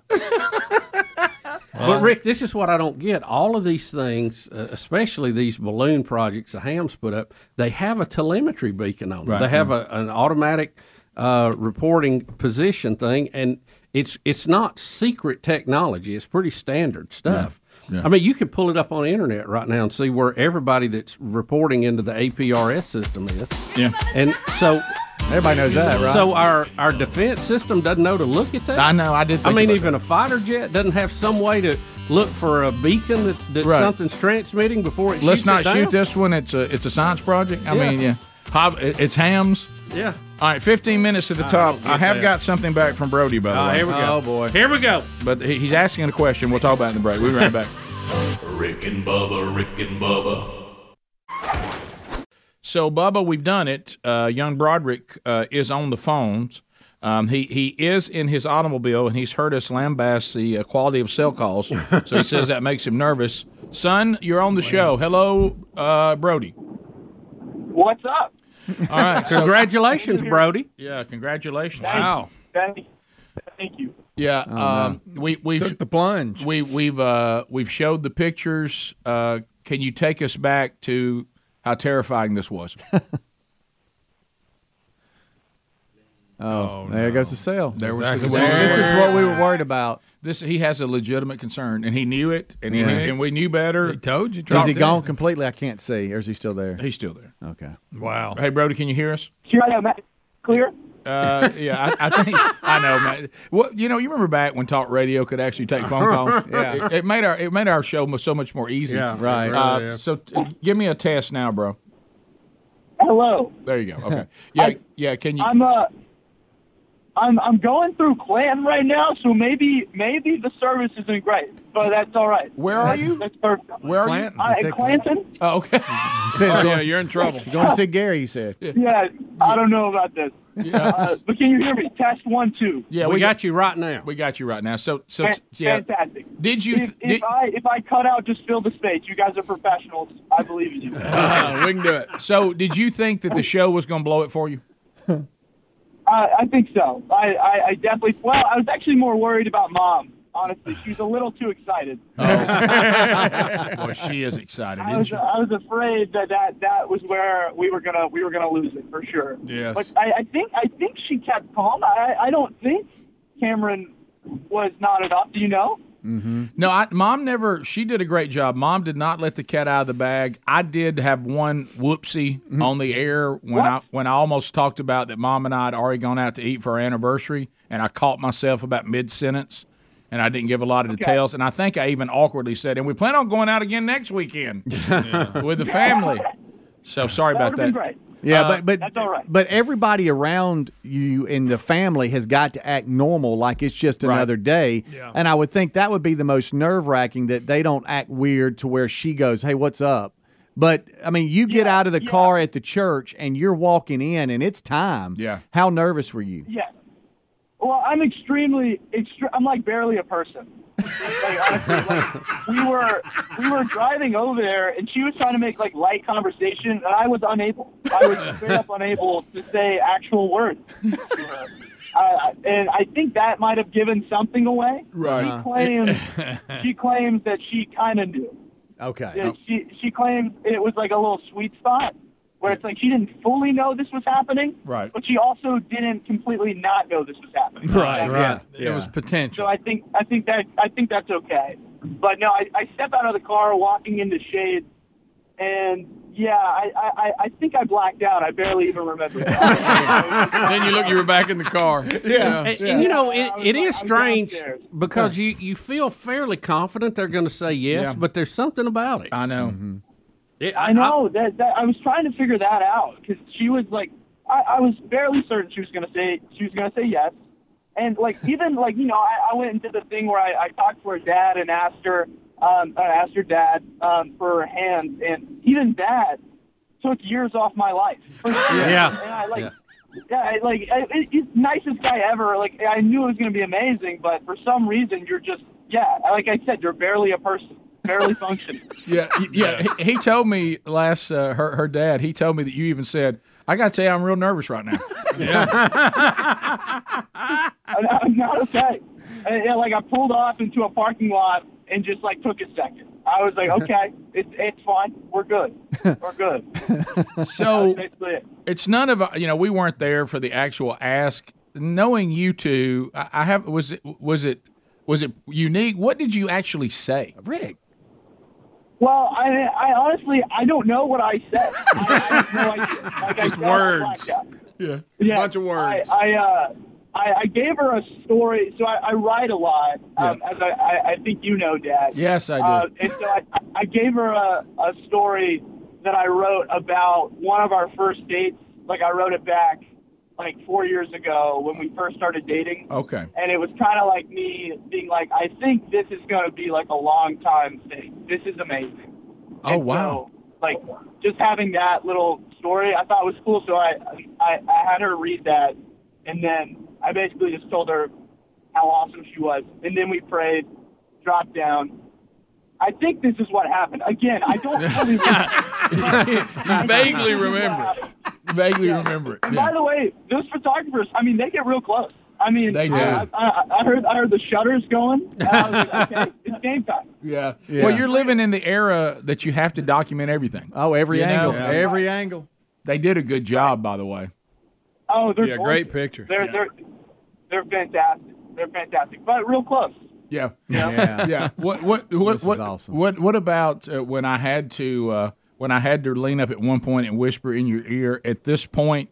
B: But Rick, this is what I don't get. All of these things, uh, especially these balloon projects the hams put up, they have a telemetry beacon on them. They have a, an automatic uh, reporting position thing, and it's it's not secret technology. It's pretty standard stuff. I mean, you could pull it up on the internet right now and see where everybody that's reporting into the APRS system is.
A: Yeah.
B: And so,
E: Everybody knows that, right?
B: so our our defense system doesn't know to look at that.
A: I know. I did.
B: I
A: Think
B: mean,
A: about
B: even a fighter jet doesn't have some way to look for a beacon that, that
A: Right.
B: something's transmitting before it
A: that. let's
B: shoots
A: not
B: it down.
A: shoot this one. It's a it's a science project. I
B: Yeah.
A: mean, yeah. Hob- it- it's hams.
B: Yeah.
A: All right, 15 minutes
B: <laughs>
A: to the top. I, have got something back from Brody, by the way.
B: here we go.
E: boy.
B: Here we go.
A: But he- he's asking a question. We'll talk about it in the break. We'll be right back.
F: Rick and Bubba, Rick and Bubba,
A: <laughs> So, Bubba, we've done it. Uh, young Broderick uh, is on the phones. Um, he he is in his automobile and he's heard us lambast the uh, quality of cell calls. So he says that makes him nervous. Son, you're on the show. Hello, uh, Brody.
C: What's up?
A: All right. So,
C: <laughs>
B: Congratulations, Brody.
A: yeah, congratulations.
D: Wow.
C: Thank, thank you.
A: Yeah. Um, we we've
D: Took the plunge.
A: we we've uh, we've showed the pictures. Uh, can you take us
E: <laughs>
A: back to how terrifying this was?
E: Oh, there goes the sale.
A: There was
E: Exactly.
A: the sale.
E: This is what we were worried about.
A: This he has a legitimate concern, and he knew it, and he
E: Yeah.
A: knew, and we knew better. He
D: told you.
E: Is he gone completely? I can't see. Or is he still there?
A: He's still there.
E: Okay.
D: Wow.
A: Hey, Brody, can you hear us?
C: Sure, I am. Clear?
A: Uh, yeah, I, I think I know. Man. What you know? You remember back when talk radio could actually take phone
E: <laughs>
A: calls?
H: Yeah.
A: it, it made our it made our show mo- so much more easy.
H: Yeah,
E: Right.
A: Uh,
H: right, yeah.
A: So t- give me a test now, bro.
C: Hello.
A: There you
C: <laughs>
A: go. Okay. Yeah,
C: I-
A: yeah. Can you?
C: I'm uh, I'm I'm going through Clan right now, so maybe maybe the service isn't great, but that's all right.
A: Where are you?
C: That's perfect.
A: Where are
E: Clanton.
C: I,
E: He said
C: Clanton?
A: Oh, okay. Oh,
E: He said he's going,
D: you're in trouble.
E: going to see Gary, he said.
C: Yeah, I don't know about this. Uh, but can you hear me? Test one, two.
A: Yeah,
B: we got you right now.
A: we got you right now. So so
C: Fan-
A: t- yeah. <laughs>
C: Fantastic.
A: Did you?
C: If,
A: th-
C: if
A: did,
C: I if I cut out, just fill the space. You guys are professionals. I
A: <laughs>
C: believe in you. I,
A: Uh-huh.
D: we can do it.
A: so did you think that the show was going to blow it for you?
C: I think so. I, I, I definitely. Well, I was actually more worried about mom. Honestly, she was a little too excited.
A: <laughs> Boy, she is excited,
C: I
A: isn't
C: was
A: she?
C: I was afraid that, that that was where we were gonna we were gonna lose it for sure.
D: Yes.
C: But I, I think I think she kept calm. I I don't think Cameron was not enough. Do you know?
A: Mm-hmm. No, I, mom never. She did a great job. Mom did not let the cat out of the bag. I did have one whoopsie on the air when I when I almost talked about that. Mom and I had already gone out to eat for our anniversary, and I caught myself about mid sentence, and I didn't give a lot of details. And I think I even awkwardly said, "And we plan on going out again next weekend with the family." So sorry
C: That
A: about
C: would
A: that. Uh,
C: have been great.
E: Yeah, but but
C: Uh, that's all right.
E: but everybody around you in the family has got to act normal, like it's just another day.
D: Yeah.
E: And I would think that would be the most nerve wracking that they don't act weird to where she goes, "Hey, what's up?" But I mean, you get
C: Yeah,
E: out of the
C: yeah.
E: car at the church and you're walking in, and it's time.
A: Yeah.
E: How nervous were you?
C: Yeah. Well, I'm extremely extre- I'm like barely a person. Like, honestly,
B: <laughs>
C: like, we were we were driving over there, and she was trying to make like light conversation, and I was unable. I was straight up unable to say actual words. to her. Uh, and I think that might have given something away.
A: Right.
C: She claims she claims that she kind of knew.
E: Uh-huh. Okay.
C: Yeah, she she claimed it was like a little sweet spot where it's like she didn't fully know this was happening,
A: Right.
C: But she also didn't completely not know this was happening,
E: Right,
C: That-
E: right.
D: It was
C: So
D: potential. <laughs>
C: I think I think that I think that's okay. But no, I, I step out of the car, walking into shade, and yeah, I, I, I- I think I blacked out. I barely even remember.
E: <laughs>
D: then you look, you were back in the car.
C: <laughs>
D: Yeah.
B: And, and you know,
C: Yeah, I was like-
B: it, it
C: I
B: is
C: was
B: strange
C: downstairs.
B: because you, you feel fairly confident they're going to say yes,
A: Yeah.
B: but there's something about it.
A: I know.
I: Mm-hmm.
B: It-
C: I know that, that I was trying to figure that out because she was like, I, I was barely certain she was gonna say she was gonna say yes, and <laughs> like even like you know I, I went and did the thing where I, I talked to her dad and asked her um, I asked her dad um, for her hand, and even that took years off my life. <laughs> For sure.
B: Yeah.
C: and I like.
B: Yeah.
C: Yeah, I, like I, it, it's nicest guy ever. Like I knew it was gonna be amazing, but for some reason you're just yeah. Like I said, you're barely a person, <laughs> barely functioning.
A: Yeah, y- yeah. He, he told me last uh, her her dad. He told me that you even said, "I got to tell you, I'm real nervous right now."
C: I'm not- <laughs> I'm not okay. And, and, like I pulled off into a parking lot and just like took a second. I was like, okay, it's it's fine. We're good. We're good.
A: So
C: Basically, it.
A: it's none of our- you know we weren't there for the actual ask. Knowing you two, I, I have was it was it was it unique? What did you actually say?
E: Rick.
C: Well, I I honestly I don't know what I said. I, I have no idea. Like, I
D: Just
C: said, I
D: words.
C: blacked out.
A: Yeah,
C: Yeah,
D: Bunch of words.
C: I I, uh, I, I gave her a story. So I, I write a lot, um, as I, I, I think you know, Dad.
A: Yes, I do.
C: Uh, and so I, I gave her a, a story that I wrote about one of our first dates. Like I wrote it back like four years ago when we first started dating.
A: Okay. <laughs>
C: And it was kind of like me being like, I think this is going to be like a long time thing. This is amazing.
A: Oh,
C: And
A: wow.
C: So, like just having that little story, I thought was cool. So I, I I had her read that, and then I basically just told her how awesome she was, and then we prayed, dropped down. I think this is what happened. Again, I
D: <laughs>
C: don't really
D: You vaguely remember.
A: Vaguely remember it.
C: And
A: Yeah.
C: By the way, those photographers, I mean, they get real close. I mean,
A: They do.
C: I, I, I heard I heard the shutters going. and I was like, okay, it's game time.
A: yeah,
E: Yeah.
A: Well, you're living in the era that you have to document everything.
E: Oh, every
A: You know,
E: angle.
A: yeah.
E: Every angle.
A: They did a good job, by the way.
C: Oh, they're
D: Yeah,
C: gorgeous.
D: great pictures.
C: They're they're they're fantastic. They're fantastic, but real close.
A: Yeah. Yeah. yeah. What what what what, what what about uh, when I had to uh, when I had to lean up at one point and whisper in your ear at this point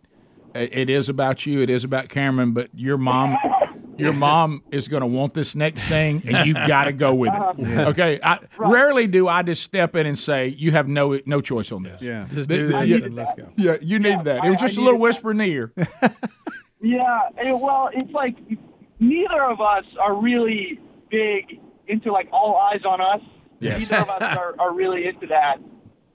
A: i- it is about you, it is about Cameron, but your mom your mom is going to want this next thing and you got to go with <laughs> it.
H: Yeah.
A: Okay? I rarely do I just step in and say you have no no choice on this. Yeah.
D: Just do this and let's go.
A: Yeah, you need that. It was
C: I-
A: just
C: I
A: a little whisper in the ear.
C: Yeah, eh, well, it's like neither of us are really big into like all eyes on us.
H: Yes.
C: Neither of us are, are really into that.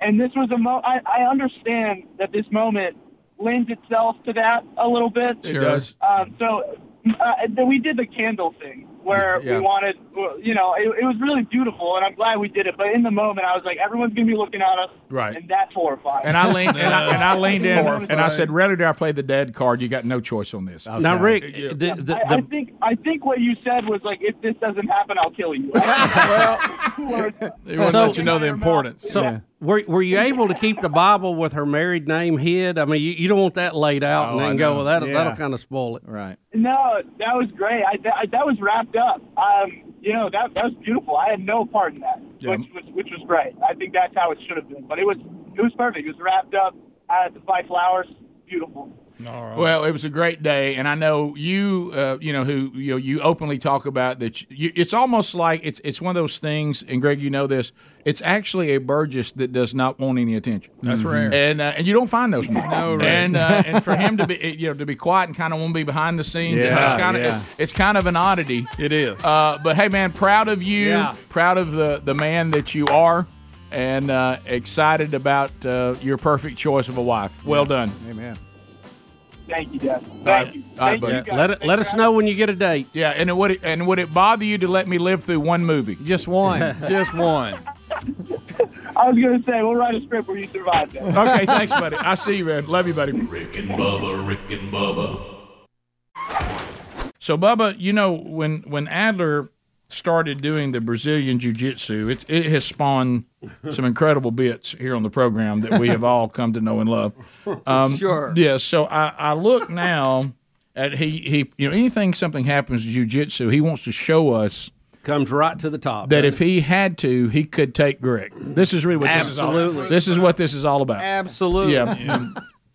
C: And this was a mo. I, I understand that this moment lends itself to that a little bit.
A: It Sure. does.
C: Um, so uh, then we did the candle thing where
A: Yeah.
C: we wanted, well, you know, it, it was really beautiful, and I'm glad we did it. But in the moment, I was like, everyone's gonna be looking at us,
A: Right.
C: And that's horrifying.
A: And I
C: <laughs>
A: leaned and, I, and I leaned in
C: Horrifying.
A: and I said, "Rarely do I play the dead card. You got no choice on this."
B: Now, Rick,
A: Yeah.
B: the, the, the,
C: I, I think I think what you said was like, if this doesn't happen, I'll
A: <laughs>
C: kill you.
D: They want to
B: So-
D: let you know the importance.
B: so were, were you able to keep the Bible with her married name hid? I mean, you, you don't want that laid out
A: Oh,
B: and
A: I
B: then
A: know.
B: go, well, that'll,
E: Yeah.
B: that'll kind of spoil it.
E: Right.
C: no, that was great. I, that, I- that was wrapped up. Um, you know that that was beautiful. I had no part in that,
A: Yeah.
C: which was which was great. I think that's how it should have been. But it was it was perfect. It was wrapped up. I had to buy flowers. Beautiful.
D: All right.
A: Well, it was a great day, and I know you. Uh, you know who you know, you openly talk about that. You, you- it's almost like it's it's one of those things. And Greg, you know this. It's actually a Burgess that does not want any attention.
D: That's rare.
A: and uh, and you don't find those much.
D: No, right.
A: and uh, and for him to be
D: <laughs>
A: you know to be quiet and kind of want to be behind the scenes,
E: Yeah,
A: it's kind of
E: yeah.
A: it's kind of an oddity.
D: It is.
A: Uh, but hey, man, proud of you.
E: Yeah.
A: Proud of the the man that you are, and uh, excited about uh, your perfect choice of a wife. Well done.
E: Amen.
C: Thank you, Dad. Thank
A: right.
C: you.
A: All right,
C: Thank you
A: buddy.
C: guys.
B: Let it,
C: Thanks
B: let
C: for
B: us
C: having
B: know when you get a date.
A: Yeah, and it would it, and would it bother you to let me live through one movie? <laughs>
E: Just one.
D: Just one.
C: me. I was gonna say we'll write a script where you survive that.
A: Okay, thanks, buddy. I see you, man. Love you, buddy.
F: Rick and Bubba, Rick and Bubba,
A: So, Bubba, you know when when Adler started doing the Brazilian Jiu Jitsu, it it has spawned some incredible bits here on the program that we have all come to know and
I: <laughs>
A: love. Um,
I: Sure.
A: Yeah. So I I look now at he he you know anything something happens to Jiu Jitsu, he wants to show us
B: Comes right to the top.
A: that if he had to, he could take Greg. This is really what
I: Absolutely.
A: this is all, this is what this is all about.
I: Absolutely.
A: Yeah.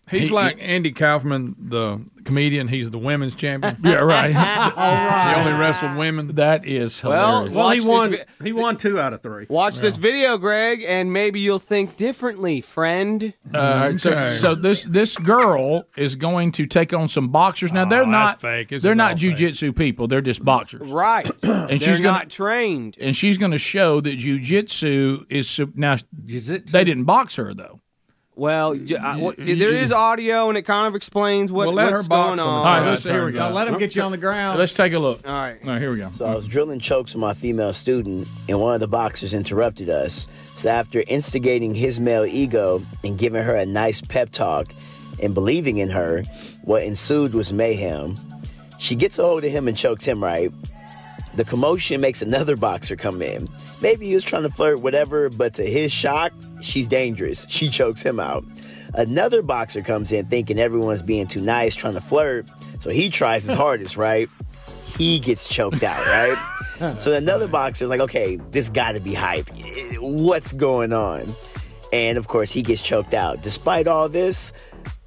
D: He's like Andy Kaufman, the comedian. He's the
B: <laughs>
D: women's champion.
A: Yeah.
D: <laughs>
A: Right.
D: He
C: <laughs>
D: only wrestled women.
A: That is
I: Well,
A: hilarious.
B: well,
I: watch
B: he won.
I: This, vi-
B: He won two out of three.
I: watch this video, Greg, and maybe you'll think differently, friend.
A: Uh, so,
D: Okay.
A: so this this girl is going to take on some boxers. Now they're
D: Oh, that's
A: not
D: fake. This
A: they're
D: is
A: not
D: all
A: jujitsu people. They're just boxers.
I: Right. and
A: she's gonna-
I: not trained.
A: And she's going to show that jujitsu is su- now.
B: Jiu-jitsu.
A: They didn't box her though.
I: Well, j- I- well, there is audio, and it kind of explains what,
D: Well, let her
I: what's
D: box
I: going on.
D: on the
A: All
D: side.
A: right, let's, here we
D: Now,
A: go.
E: Let him get you on the ground.
A: Let's take a look.
I: All right.
A: All right, here we go.
J: So I was drilling chokes on my female student, and one of the boxers interrupted us. So after instigating his male ego and giving her a nice pep talk and believing in her, what ensued was mayhem. She gets a hold of him and chokes him right. The commotion makes another boxer come in. Maybe he was trying to flirt, whatever, but to his shock, she's dangerous. She chokes him out. Another boxer comes in thinking everyone's being too nice, trying to flirt. So he tries his hardest, right? he gets choked out, right? so another boxer is like, okay, this got to be hype. What's going on? And of course, he gets choked out. Despite all this,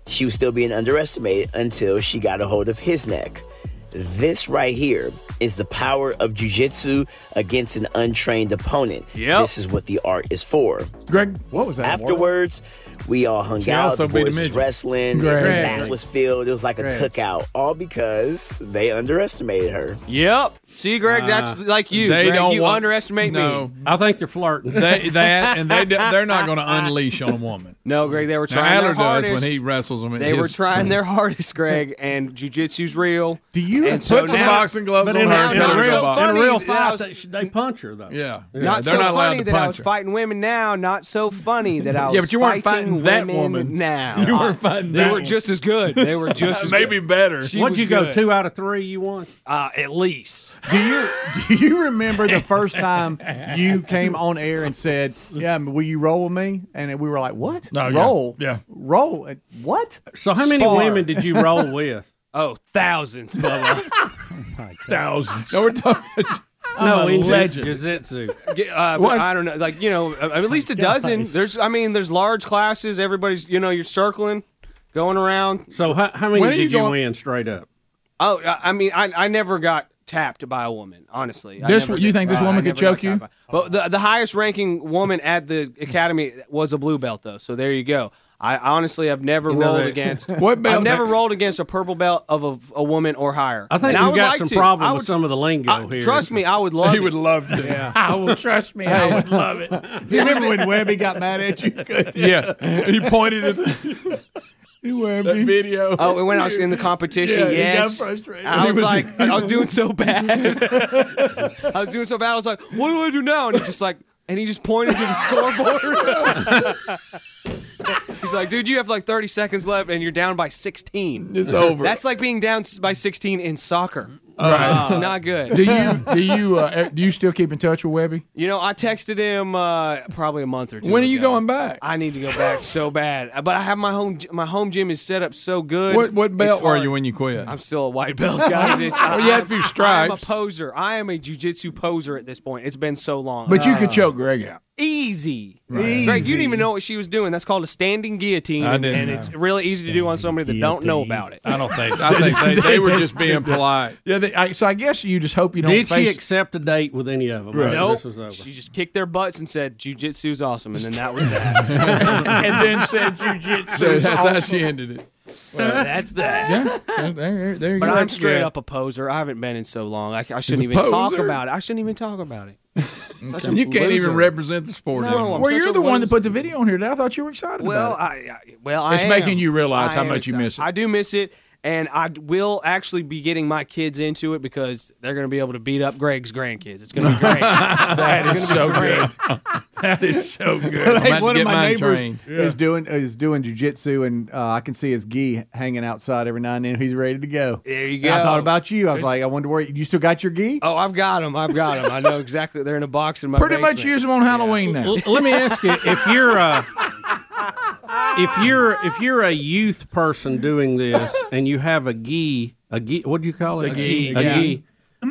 J: she was still being underestimated until she got a hold of his neck. This right here is the power of jujitsu against an untrained opponent.
I: Yep.
J: This is what the art is for.
A: Greg,
E: What was that?
J: Afterwards, we all hung out.
D: also
J: The
D: beat a
J: boys was
D: midget.
J: wrestling.
A: Greg.
J: The mat was filled. It was like a cookout, all because they underestimated her.
I: Yep. See, Greg, that's like you.
D: They
I: Greg.
D: don't
I: you
D: want-
I: underestimate
D: no.
I: me.
B: I think they're flirting.
D: They that and they do- they're not going to unleash on a woman.
I: No, Greg, they were
D: Now,
I: trying
D: Adler
I: their
D: does
I: hardest.
D: when he wrestles them.
I: they were trying their hardest,
D: <laughs>
I: Greg, and jujitsu's real.
D: Do you
I: <laughs> and so
D: put some
I: now-
D: boxing gloves
B: But
D: on
B: in,
D: her?
I: now
B: a,
D: and
B: in,
D: tell
I: not
B: a
D: her to
I: so
D: box?
I: funny
B: real, in a real
I: that I
B: fight,
I: was-
B: they, sh- they punch her though.
D: Yeah,
I: Not
D: they're
I: so
D: not allowed
I: funny
D: to
I: that I
D: punch
I: was
D: her.
I: fighting women now, not got so funny that I was
D: Yeah, but you weren't
I: fighting
D: fighting that
I: women
D: woman.
I: Now
D: <laughs> You weren't fighting
I: They
D: that
I: were
D: one.
I: just as good. They
D: <laughs>
I: were just as
D: Maybe better.
I: She
B: What'd
I: was
B: you go?
I: good.
B: Two out of three. You won.
I: Uh, at least.
E: Do you do you remember the first time you came on air and said, "Yeah, will you roll with me?" And we were like, "What?
B: Oh, yeah.
E: roll?
B: Yeah.
E: roll? Uh, What?"
B: So how many women did you
E: <laughs>
D: <laughs>
B: roll with?
I: Oh, thousands, Bubba.
D: Oh
A: Thousands.
D: No, we're talking. <laughs>
B: no,
I: I'm a
B: into
I: legend.
B: jiu-jitsu.
I: Get- Uh, but
B: What?
I: I don't know, like you know, uh, at least a dozen. There's, I mean, there's large classes. Everybody's, you know, you're circling, going around.
B: So how, how many
I: When are
B: did
I: you
B: you,
I: going-
B: win straight up?
I: Oh, I, I mean, I, I never got tapped by a woman. Honestly, I
A: This
I: never
A: you
I: did.
A: think this
I: Uh, I
A: woman could
I: never got
A: choke you?
I: tapped by- But the the highest ranking woman at the academy was a blue belt, though. So there you go. I honestly, I've never
B: You know
I: rolled
B: that-
I: against.
B: <laughs> What belt
I: I've never
B: makes-
I: rolled against a purple belt of a, a woman or higher.
B: I think
I: And
B: we
I: would
B: got
I: like
B: some
I: to.
B: problem
I: I
B: with
I: would-
B: some of the lingo
I: I-
B: here.
I: Trust me, I would love.
B: <laughs> He
I: it.
B: would
D: love to.
B: <laughs> I will trust me. I would
E: <laughs>
B: love it.
E: You remember when Webby got mad at you?
D: yeah, he pointed at the
E: <laughs>
D: that video.
I: Oh, and when I was in the competition,
D: Yeah, he got
I: yes.
D: frustrated.
A: <laughs>
I: I
D: He
I: was
D: was-
I: like, I was doing so bad. <laughs> I was doing so bad. I was like, what do I do now? And he just like, and he just pointed to the scoreboard. <laughs> He's like, dude, you have like 30 seconds left, and you're down by 16.
A: It's over.
I: That's like being down s- by 16 in soccer.
A: Right.
I: Oh, It's not good. <laughs>
A: do you do you uh, do you still keep in touch with Webby?
I: You know, I texted him uh, probably a month or two.
A: When are you
I: ago.
A: going back?
I: I need to go back so bad, Uh, but I have my home. gy- My home gym is set up so good.
A: What- what belt
I: It's
A: were
I: hard.
A: you when you quit?
I: I'm still a white belt,
D: <laughs>
I: guys. It's,
A: Well, you had a few
I: I'm a
A: stripes.
I: poser. I am a jujitsu poser at this point. It's been so long.
A: But you could
D: Uh,
A: choke Greg out.
I: Easy. Greg, you didn't even know what she was doing. That's called a standing guillotine,
A: I
I: and,
A: didn't
I: and
A: know.
I: it's really easy to do on somebody that don't know about it.
D: I don't think. I think they, they were just
I: <laughs>
B: <laughs>
D: being polite.
A: Yeah. They, I, so I guess you just hope you don't.
B: Did she
A: face-
B: accept a date with any of them? after
I: Nope.
B: This was over.
I: She just kicked their butts and said, "Jujitsu's awesome," and then that was that.
A: <laughs> And then said
I: "Jujitsu."
A: So that's how she ended it.
I: that's that.
A: Yeah. So there, there you
I: But
A: go.
I: I'm straight
A: Yeah.
I: up a poser. I haven't been in so long. I, I shouldn't
A: a
I: even talk
A: poser?
I: about it. I shouldn't even talk
A: <laughs>
I: about it. Such a
D: You can't
I: loser.
D: even represent the sport.
I: No,
D: anymore.
I: I'm
A: Well,
I: such
A: you're
I: a
A: the one that
I: loser.
A: put the video on here. uh, Today. I thought you were excited.
I: Well,
A: about it.
I: I, I well, I
A: It's
I: am.
A: making you realize
I: I
A: how
I: am
A: much you
I: excited.
A: miss it.
I: I do miss it, and I d- will actually be getting my kids into it because they're going to be able to beat up Greg's grandkids. It's going to
A: <laughs>
I: be great.
E: <laughs>
A: that is so
I: great.
A: good. <laughs> that is so good. I'm about
E: Hey,
A: to
E: one
A: get
E: of my
A: mine
E: neighbors
A: trained.
E: is doing is doing jujitsu, and uh, I can see his gi hanging outside every now and then. He's ready to go.
I: There you
E: And I
I: go.
E: thought about you. I was like, I wonder where you still got your gi.
I: Oh, I've got them. I've got them. I know exactly. They're in a box in my
A: Pretty much
I: basement.
A: use them on Halloween now.
B: L- let me ask you if you're a if you're if you're a youth person doing this and you have a gi a gi what do you call it
A: A gi,
B: a
A: yeah.
B: gi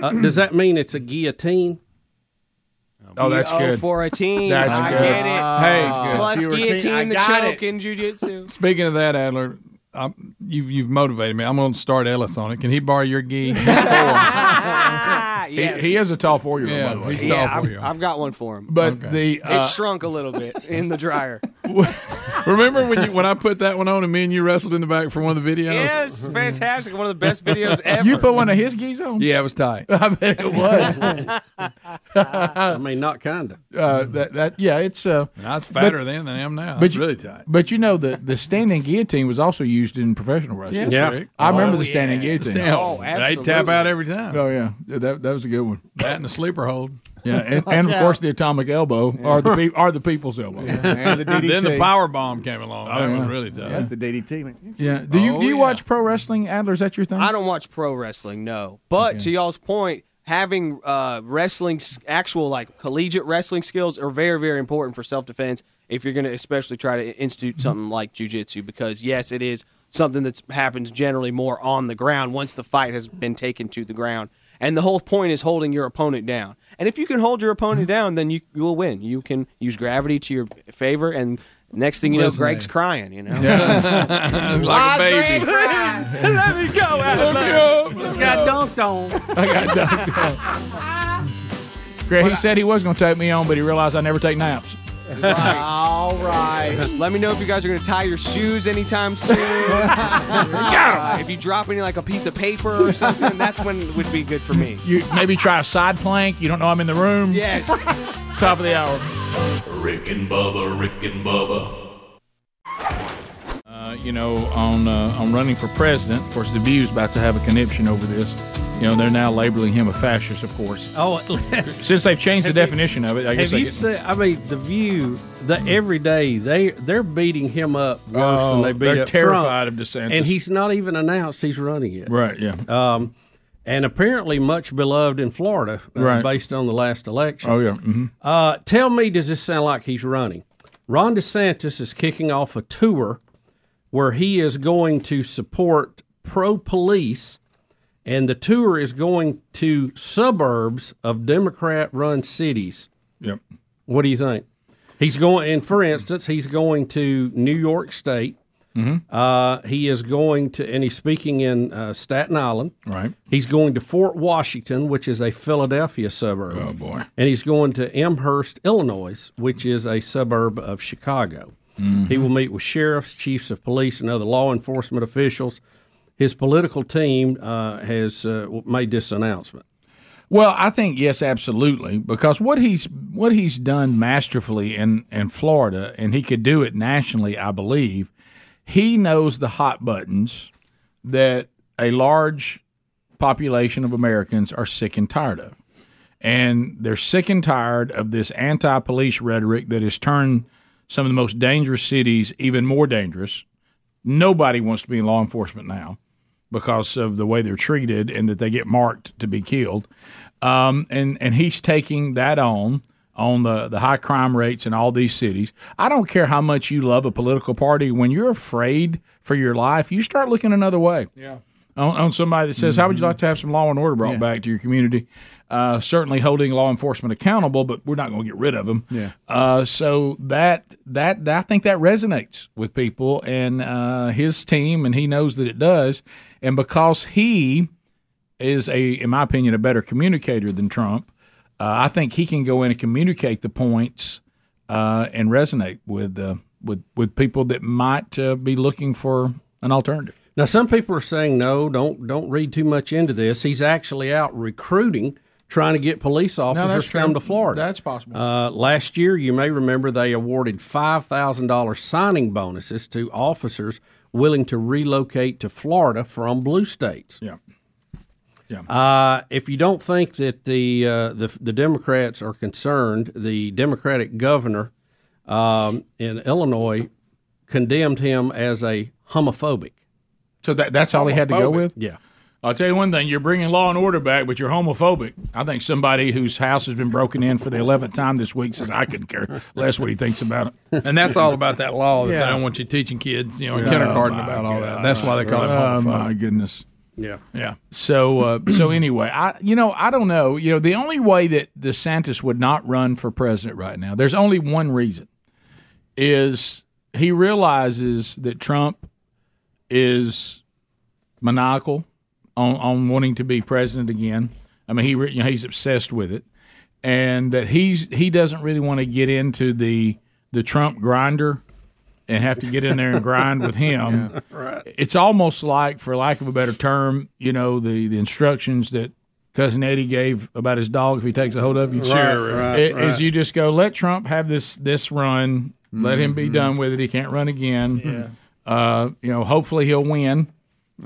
B: uh, does that mean it's a guillotine
A: Oh, that's
I: Oh,
A: good.
I: for a team.
A: That's
I: I
A: good.
I: get it.
A: Hey, it's good.
I: Plus
E: If you were a team- I
I: guillotine, the
E: got
I: choke, and jujitsu.
D: Speaking of that, Adler, I'm, you've you've motivated me. I'm going to start Ellis on it. Can he borrow your
I: <laughs>
D: gi?
I: Ah,
A: He,
I: yes.
A: he is a tall four year old, by
D: yeah,
A: the
D: he's
A: way.
D: tall
I: yeah,
D: for
I: I've,
D: you.
I: I've got one for him.
A: But the
I: It
A: uh,
I: shrunk a little bit in the dryer.
A: <laughs>
D: Remember when you when I put that one on and me and you wrestled in the back for one of the videos?
I: yes, fantastic. One of
A: <laughs>
I: the best
D: <laughs>
I: videos ever.
A: you put one of his geese on.
D: Yeah, it was <laughs> tight.
A: I bet it
I: <laughs>
A: was. <laughs>
B: I mean not kinda
A: uh, that that yeah, it's uh.
D: I was fatter then than I am now. It's
A: you-
D: really tight.
A: But you know the the standing guillotine was also used in professional wrestling.
B: Yes, Yeah. Rick.
A: I
D: Oh,
A: remember the standing guillotine.
D: Damn,
I: Oh,
D: they tap
I: absolutely.
D: out every time.
A: Oh yeah, Yeah, that that was a good one.
D: That and the sleeper hold.
A: Yeah, and, and of course the atomic elbow or the pe- or the people's elbow. Yeah.
E: And the DDT.
D: Then the power bomb came along. that was really tough.
E: Oh, Yeah, the DDT. man.
A: Do you
D: Oh,
A: do you
D: yeah.
A: watch pro wrestling, Adler? Is that your thing?
I: I don't watch pro wrestling, no. But to y'all's point, having uh, wrestling, s- actual like collegiate wrestling skills are very, very important for self defense if you're going to especially try to institute
A: Mm-hmm.
I: something like jujitsu because, yes, it is something that happens generally more on the ground once the fight has been taken to the ground. And the whole point is holding your opponent down. And if you can hold your opponent
A: Mm-hmm.
I: down, then you, you will win. You can use gravity to your favor, and next thing you know,
D: Listen to
I: Greg's
D: me.
I: crying. You know, <laughs>
D: It's like a baby.
B: <laughs>
I: let me go,
B: got dunked on
A: I got ducked out. Greg, he said he was going to take me on, but he realized I never take naps.
E: All right.
I: Let me know if you guys are gonna tie your shoes anytime
B: <laughs>
I: soon. <laughs> Uh, if you drop any like a piece of paper or something, that's when it would be good for me.
A: You maybe try a side plank. You don't know I'm in the room.
I: Yes.
A: <laughs> Top of the hour.
F: Rick and Bubba, Rick and Bubba.
A: Uh, you know, on uh, on running for president. Of course, the view's about to have a conniption over this. You know, they're now labeling him a fascist, of course.
B: <laughs> Oh,
A: <laughs> Since they've changed the
B: Have you-
A: definition of it, I guess
B: have
A: I
B: you
A: get-
B: seen? I mean, the View, the everyday they they're beating him up worse
A: Oh,
B: than they beat
A: they're
B: up
A: terrified
B: Trump.
A: of DeSantis.
B: and he's not even announced he's running yet.
A: Right, yeah.
B: Um, and apparently much beloved in Florida, uh,
A: Right.
B: based on the last election.
A: Oh, yeah. Mhm.
B: Uh, tell me, does this sound like he's running? Ron DeSantis is kicking off a tour where he is going to support pro police, and the tour is going to suburbs of Democrat run cities.
A: Yep.
B: What do you think? He's going, and for instance, he's going to New York State.
H: Mhm.
B: Uh, he is going to, and he's speaking in uh, Staten Island.
A: Right.
B: He's going to Fort Washington, which is a Philadelphia suburb. Oh
A: boy.
B: And he's going to Amherst, Illinois, which is a suburb of Chicago.
A: Mm-hmm.
B: He will meet with sheriffs, chiefs of police, and other law enforcement officials. His political team uh, has uh, made this announcement.
A: Well, I think yes, absolutely, because what he's what he's done masterfully in in Florida, and he could do it nationally, I believe. He knows the hot buttons that a large population of Americans are sick and tired of, and they're sick and tired of this anti-police rhetoric that has turned some of the most dangerous cities even more dangerous. Nobody wants to be in law enforcement now because of the way they're treated and that they get marked to be killed. Um, and and he's taking that on on the, the high crime rates in all these cities. I don't care how much you love a political party. When you're afraid for your life, you start looking another way. Yeah. On, on somebody that says, "How would you like to have some law and order brought back to your community?" Uh, certainly holding law enforcement accountable, but we're not going to get rid of them.
H: Yeah.
A: Uh, so that, that that I think that resonates with people and uh, his team, and he knows that it does. And because he is a, in my opinion, a better communicator than Trump, uh, I think he can go in and communicate the points uh, and resonate with uh, with with people that might uh, be looking for an alternative.
B: Now, some people are saying no. Don't don't read too much into this. He's actually out recruiting, trying to get police officers
A: that's
B: to come
A: true.
B: to Florida.
A: That's possible.
B: Uh, last year, you may remember they awarded five thousand dollars signing bonuses to officers willing to relocate to Florida from blue states.
A: Yeah.
B: Uh, if you don't think that the uh, the the Democrats are concerned, the Democratic governor um, in Illinois condemned him as a homophobic.
A: So that that's all he had to go
B: Homophobic.
A: with.
B: Yeah.
A: I'll tell you one thing: you're bringing law and order back, but you're homophobic. I think somebody whose house has been broken in for the eleventh time this week says I couldn't care less what he thinks about it.
D: And
A: <laughs>
D: that's all about that law that
A: Yeah.
D: they don't want you teaching kids, you know, in
A: Yeah.
D: kindergarten
A: Oh, my
D: about all that.
A: God.
D: That's why they call it
A: Oh,
D: homophobic.
A: my goodness.
B: Yeah.
A: Yeah. So uh, <clears throat> so anyway, I you know I don't know. You know the only way that DeSantis would not run for president right now. There's only one reason. Is he realizes that Trump is maniacal on on wanting to be president again. I mean he re- you know, he's obsessed with it, and that he's he doesn't really want to get into the the Trump grinder and have to get in there and grind with him it's almost like, for lack of a better term, you know, the, the instructions that cousin Eddie gave about his dog if he takes a hold of you.
D: Right, Sure. right,
A: Is-
D: right.
A: Is you just go let Trump have this this run, let him
B: Mm-hmm.
A: be done with it. He can't run again. Uh, you know, hopefully he'll win.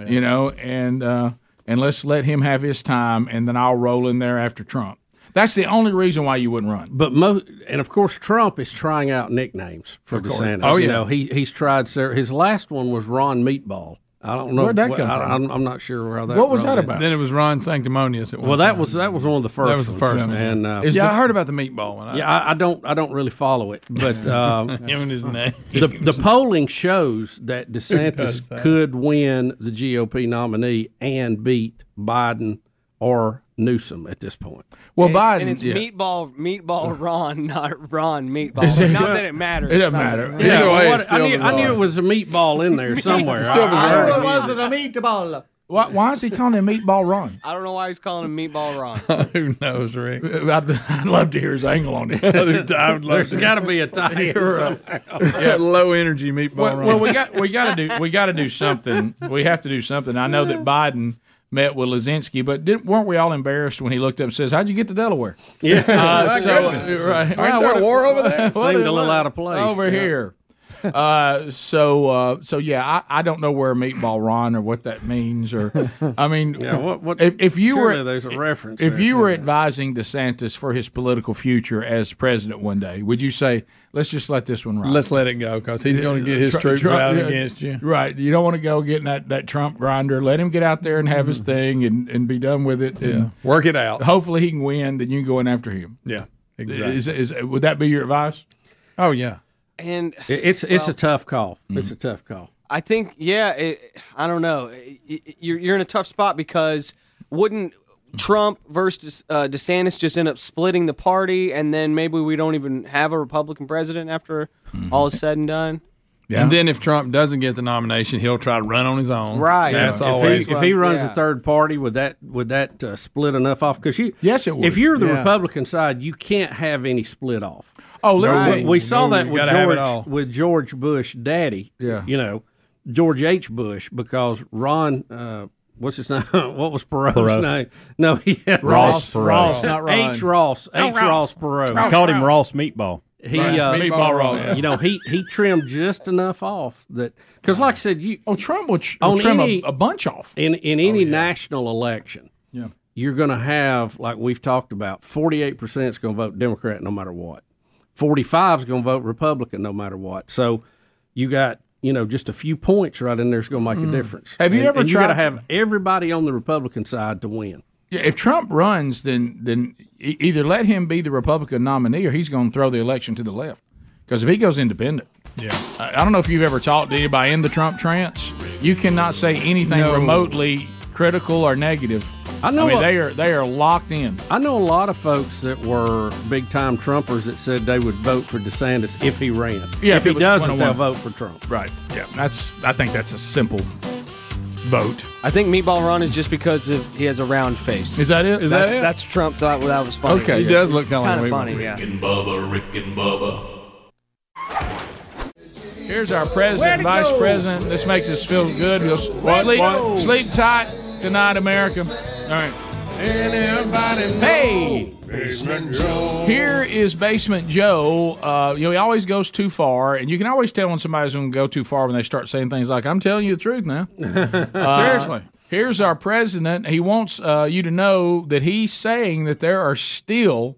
A: You know, and uh, and let's let him have his time, and then I'll roll in there after Trump. That's the only reason why you wouldn't run.
B: But mo- and of course Trump is trying out nicknames for
A: Of course.
B: DeSantis.
A: Oh,
B: You
A: yeah.
B: know, he he's tried several. His last one was Ron Meatball. I don't know
A: Where'd that
B: what-
A: come
B: I,
A: from?
B: I'm, I'm not sure where that.
D: Ron
B: Ron-
D: did. Then it was Ron Sanctimonious. At one
B: Well, that
D: time.
B: was that was one of the first.
D: That was the
B: ones.
D: first one.
B: And uh,
D: yeah, I heard about the <laughs> meatball one. I-
B: Yeah, I, I don't I don't really follow it,
D: <laughs>
B: but um,
D: Him and his name.
B: The, the polling shows
D: <laughs>
B: that
D: does that?
B: DeSantis could win the GOP nominee and beat Biden or Newsom at this point.
A: Well,
I: It's- and it's
B: yeah.
I: meatball, meatball Ron, not Ron
B: Is
I: meatball.
B: it-
I: not that it matters.
B: It doesn't
I: Not
B: matter.
I: that it
B: Yeah,
I: matters.
B: well, what- I, knew, I knew it was a meatball
A: <laughs>
B: in there somewhere. I- I-
I: I,
H: was it a meatball?
A: Why, why is he calling him Meatball Ron?
I: I don't know why he's calling him meatball Ron.
A: Who knows, Rick? Uh, I'd, I'd love to hear his angle on
D: <laughs>
A: it.
D: I would love
B: There's got to
D: <laughs>
B: be a tie. in
A: You're right.
B: somewhere.
D: yeah, low energy meatball.
A: Well,
D: Ron.
A: well, we got we got to do we got to do something. We have to do something. I know that Biden met with Lazinski, but didn't, weren't we all embarrassed when he looked up and says, "How'd you get to Delaware?"
B: Yeah.
A: Uh,
B: My
A: so,
B: goodness.
A: right.
B: Aren't there a war over there? Seemed a little out of place.
A: Over
B: Yeah.
A: here. Uh, so uh, so yeah, I, I don't know where meatball Ron or what that means or I mean
B: Yeah, what- what-
A: if, if you were
B: surely there's a reference
A: if
B: there
A: you
B: to
A: were
B: that.
A: advising DeSantis for his political future as president one day, would you say let's just let this one ride?
D: Let's let it go because he's going to get his
A: Tru-
D: troops
A: Trump-
D: out
A: yeah,
D: against you.
A: Right. You don't want to go getting that, that Trump grinder. Let him get out there and have his thing and, and be done with it. And
D: Mm-hmm. Yeah. Work it out.
A: Hopefully he can win, then you can go in after him.
D: Yeah, exactly.
A: Is, is, would that be your advice?
D: Oh, yeah.
I: And
B: It's it's a
I: well-
B: tough call.
A: Mm.
B: It's a tough call.
I: I think, yeah, it, I don't know. It- it- You're, you're in a tough spot because wouldn't Trump versus uh, DeSantis just end up splitting the party, and then maybe we don't even have a Republican president after
A: Mm-hmm.
I: all is said and done?
D: And then if Trump doesn't get the nomination, he'll try to run on his own.
I: Right.
D: That's
B: if
D: always
B: He, if he runs
D: Yeah.
B: a third party, would that would that uh, split enough off? Because you,
A: yes, it would.
B: If you're the
D: Yeah.
B: Republican side, you can't have any split off.
A: Oh, let me tell
B: we,
A: you-
B: we saw
A: No,
B: that
A: you
B: with
A: gotta have it all.
B: George with George Bush, Daddy.
A: Yeah.
B: you know George H. Bush because Ron. Uh, What's his <laughs> name? What was Perot's
G: Perot.
B: name? No, he had
G: Ross Perot. Ross, not Ron.
B: H. Ross.
G: No,
B: H.
G: Ross.
B: Ross Perot.
G: We called him Ross Meatball.
B: He,
G: Right.
B: uh,
G: Meatball Ross.
B: You know, he he trimmed just enough off that because, like I said, you
A: oh Trump will,
G: will trim a-
A: a bunch off Oh,
B: in in any national election.
A: Yeah.
B: you're going to have like we've talked about, forty eight percent is going to vote Democrat no matter what. Forty five is going to vote Republican no matter what. So you got you know just a few points right in there is going to make
A: Mm.
B: a difference.
A: Have you
B: And-
A: ever
B: and You
A: tried
B: got
A: to-
B: to have everybody on the Republican side to win.
A: Yeah, if Trump runs, then then e- either let him be the Republican nominee or he's going to throw the election to the left. Because if he goes independent, yeah, I, I don't know if you've ever talked to anybody in the Trump trance. You cannot say anything
B: No.
A: remotely critical or negative.
B: I know
A: mean,
B: a-
A: they are they are locked in.
B: I know a lot of folks that were big time Trumpers that said they would vote for DeSantis if he ran.
A: Yeah,
B: if he
A: it was
B: doesn't, they'll
A: 101.
B: vote for Trump.
A: Right. Yeah, that's. I think that's a simple vote.
I: I think Meatball Ron is just because of, he has a round face.
A: Is that it? Is that
I: that's,
A: it?
I: That's Trump. Thought that was funny.
A: Okay, he does look kinda
I: kind
A: like
I: of funny.
A: Meatball.
I: Yeah.
F: Rick and Bubba, Rick and Bubba.
A: Here's our president, vice president. This makes us feel good. We'll s- sleep,
H: What?
A: sleep tight tonight, America. All right. Hey,
H: Basement Joe.
A: here is Basement Joe. Uh, you know, he always goes too far, and you can always tell when somebody's going to go too far when they start saying things like, I'm telling you the truth now. Uh,
D: Seriously.
A: Here's our president. He wants uh, you to know that he's saying that there are still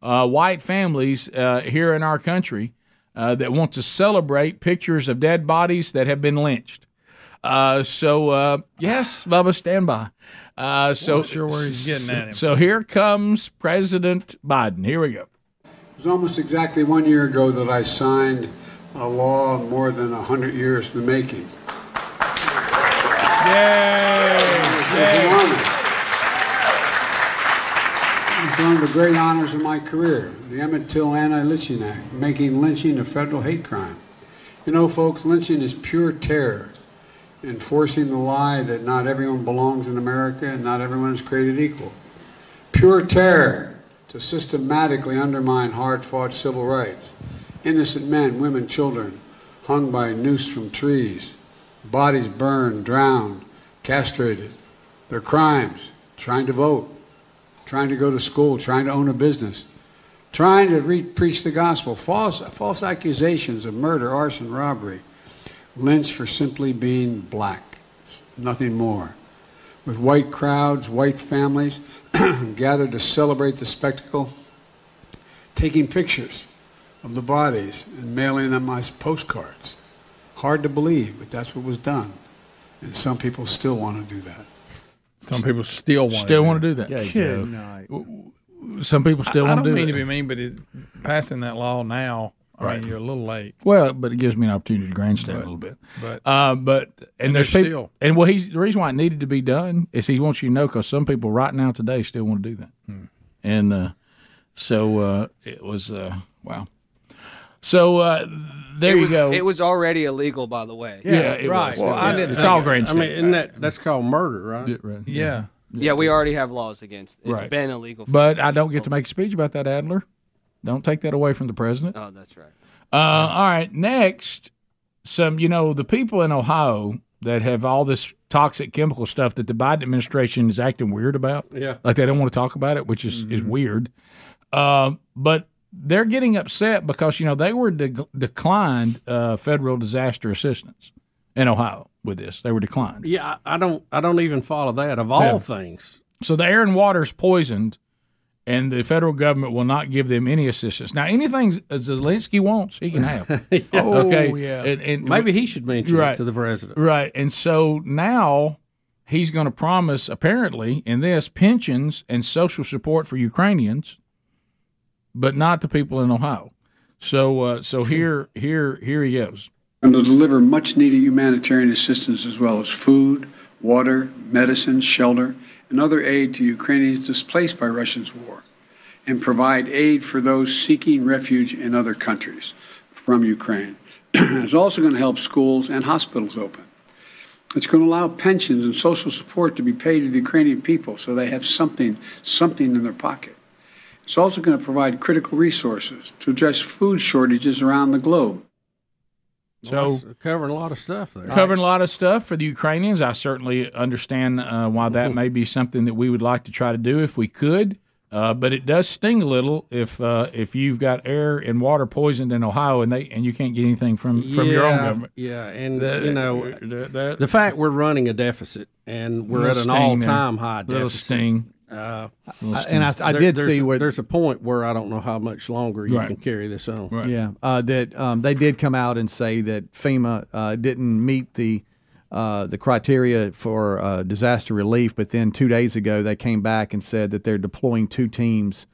A: uh, white families uh, here in our country uh, that want to celebrate pictures of dead bodies that have been lynched. Uh, so uh, yes, Bubba, stand by. Uh, so
D: Not sure where he's getting at him.
A: So here comes President Biden. Here we go.
K: It was almost exactly one year ago that I signed a law more than 100 years in the making. It was an honor. It's one of the great honors of my career, the Emmett Till Anti-Lynching Act, making lynching a federal hate crime. You know, folks, lynching is pure terror, enforcing the lie that not everyone belongs in America and not everyone is created equal. Pure terror to systematically undermine hard-fought civil rights. Innocent men, women, children hung by noose from trees, bodies burned, drowned, castrated. Their crimes, trying to vote trying to go to school, trying to own a business, trying to re- preach the gospel, false, false accusations of murder, arson, robbery, lynched for simply being black, nothing more. With white crowds, white families <clears throat> gathered to celebrate the spectacle, taking pictures of the bodies and mailing them as postcards. Hard to believe, but that's what was done. And some people still want to do that.
D: Some people still want
A: Still want to do that.
D: Good night.
A: Some people still
D: I,
A: want
D: I
A: to
D: don't
A: do
D: mean
A: that.
D: to be mean, but it, passing that law now, I mean,
A: Right.
D: you're a little late.
A: Well, but it gives me an opportunity to grandstand a little bit.
D: But
A: Uh, but and,
D: And
A: there's
D: they're
A: people,
D: still-
A: and well, he's the reason why it needed to be done is he wants you to know because some people right now today still want to do that, and uh, so uh, it was uh, wow. So uh, there
I: it
A: you
I: was,
A: go.
I: It was already illegal, by the way.
A: Yeah, Yeah, it right. was. Well, I Yeah. didn't It's think all of it. grandstanding.
B: I mean, isn't that that's called murder, right?
A: right.
D: Yeah.
I: Yeah, we already have laws against. It's
A: Right.
I: been illegal. For
A: but I don't get to make a speech about that, Adler. Don't take that away from the president.
I: Oh, that's right.
A: Uh, all right, next, some you know the people in Ohio that have all this toxic chemical stuff that the Biden administration is acting weird about.
B: Yeah.
A: like they don't want to talk about it, which is is weird. Uh, but they're getting upset because you know they were de- declined uh, federal disaster assistance in Ohio with this. They were declined.
B: Yeah, I, I don't. I don't even follow that. Of all
A: Yeah. <laughs>
B: things,
A: So the air and water is poisoned, and the federal government will not give them any assistance. Now, anything Z- uh, Zelensky wants, he can
B: <laughs>
A: have.
B: Oh,
A: okay,
B: yeah.
A: And, and
B: Maybe he should mention it
A: right.
B: to the president.
A: Right, and so now he's going to promise, apparently, in this pensions and social support for Ukrainians, but not the people in Ohio. So, uh, so here, here, here he goes.
K: and to deliver much needed humanitarian assistance as well as food, water, medicine, shelter, and other aid to Ukrainians displaced by Russia's war, and provide aid for those seeking refuge in other countries from Ukraine. <clears throat> it's also going to help schools and hospitals open. It's going to allow pensions and social support to be paid to the Ukrainian people so they have something, something in their pocket. It's also going to provide critical resources to address food shortages around the globe.
A: So-
B: That's covering a lot of stuff there.
A: Covering a lot of stuff for the Ukrainians. I certainly understand uh, why that may be something that we would like to try to do if we could. Uh, but it does sting a little if uh, if you've got air and water poisoned in Ohio and they and you can't get anything from, from your own
B: Yeah,
A: government.
B: Yeah, and
A: That-
B: you know
A: that-
B: the,
A: that-
B: fact we're running a deficit and we're at
A: Little
B: an
A: sting there.
B: all-time high deficit.
A: Little sting.
B: Uh,
A: Little
E: I- and I- sting. I did
B: there's,
E: see
B: a-
E: where-
B: there's a point where I don't know how much longer you
E: Right.
B: can carry this on.
E: Yeah, uh, that um, they did come out and say that FEMA uh, didn't meet the uh, the criteria for uh, disaster relief, but then two days ago they came back and said that they're deploying two teams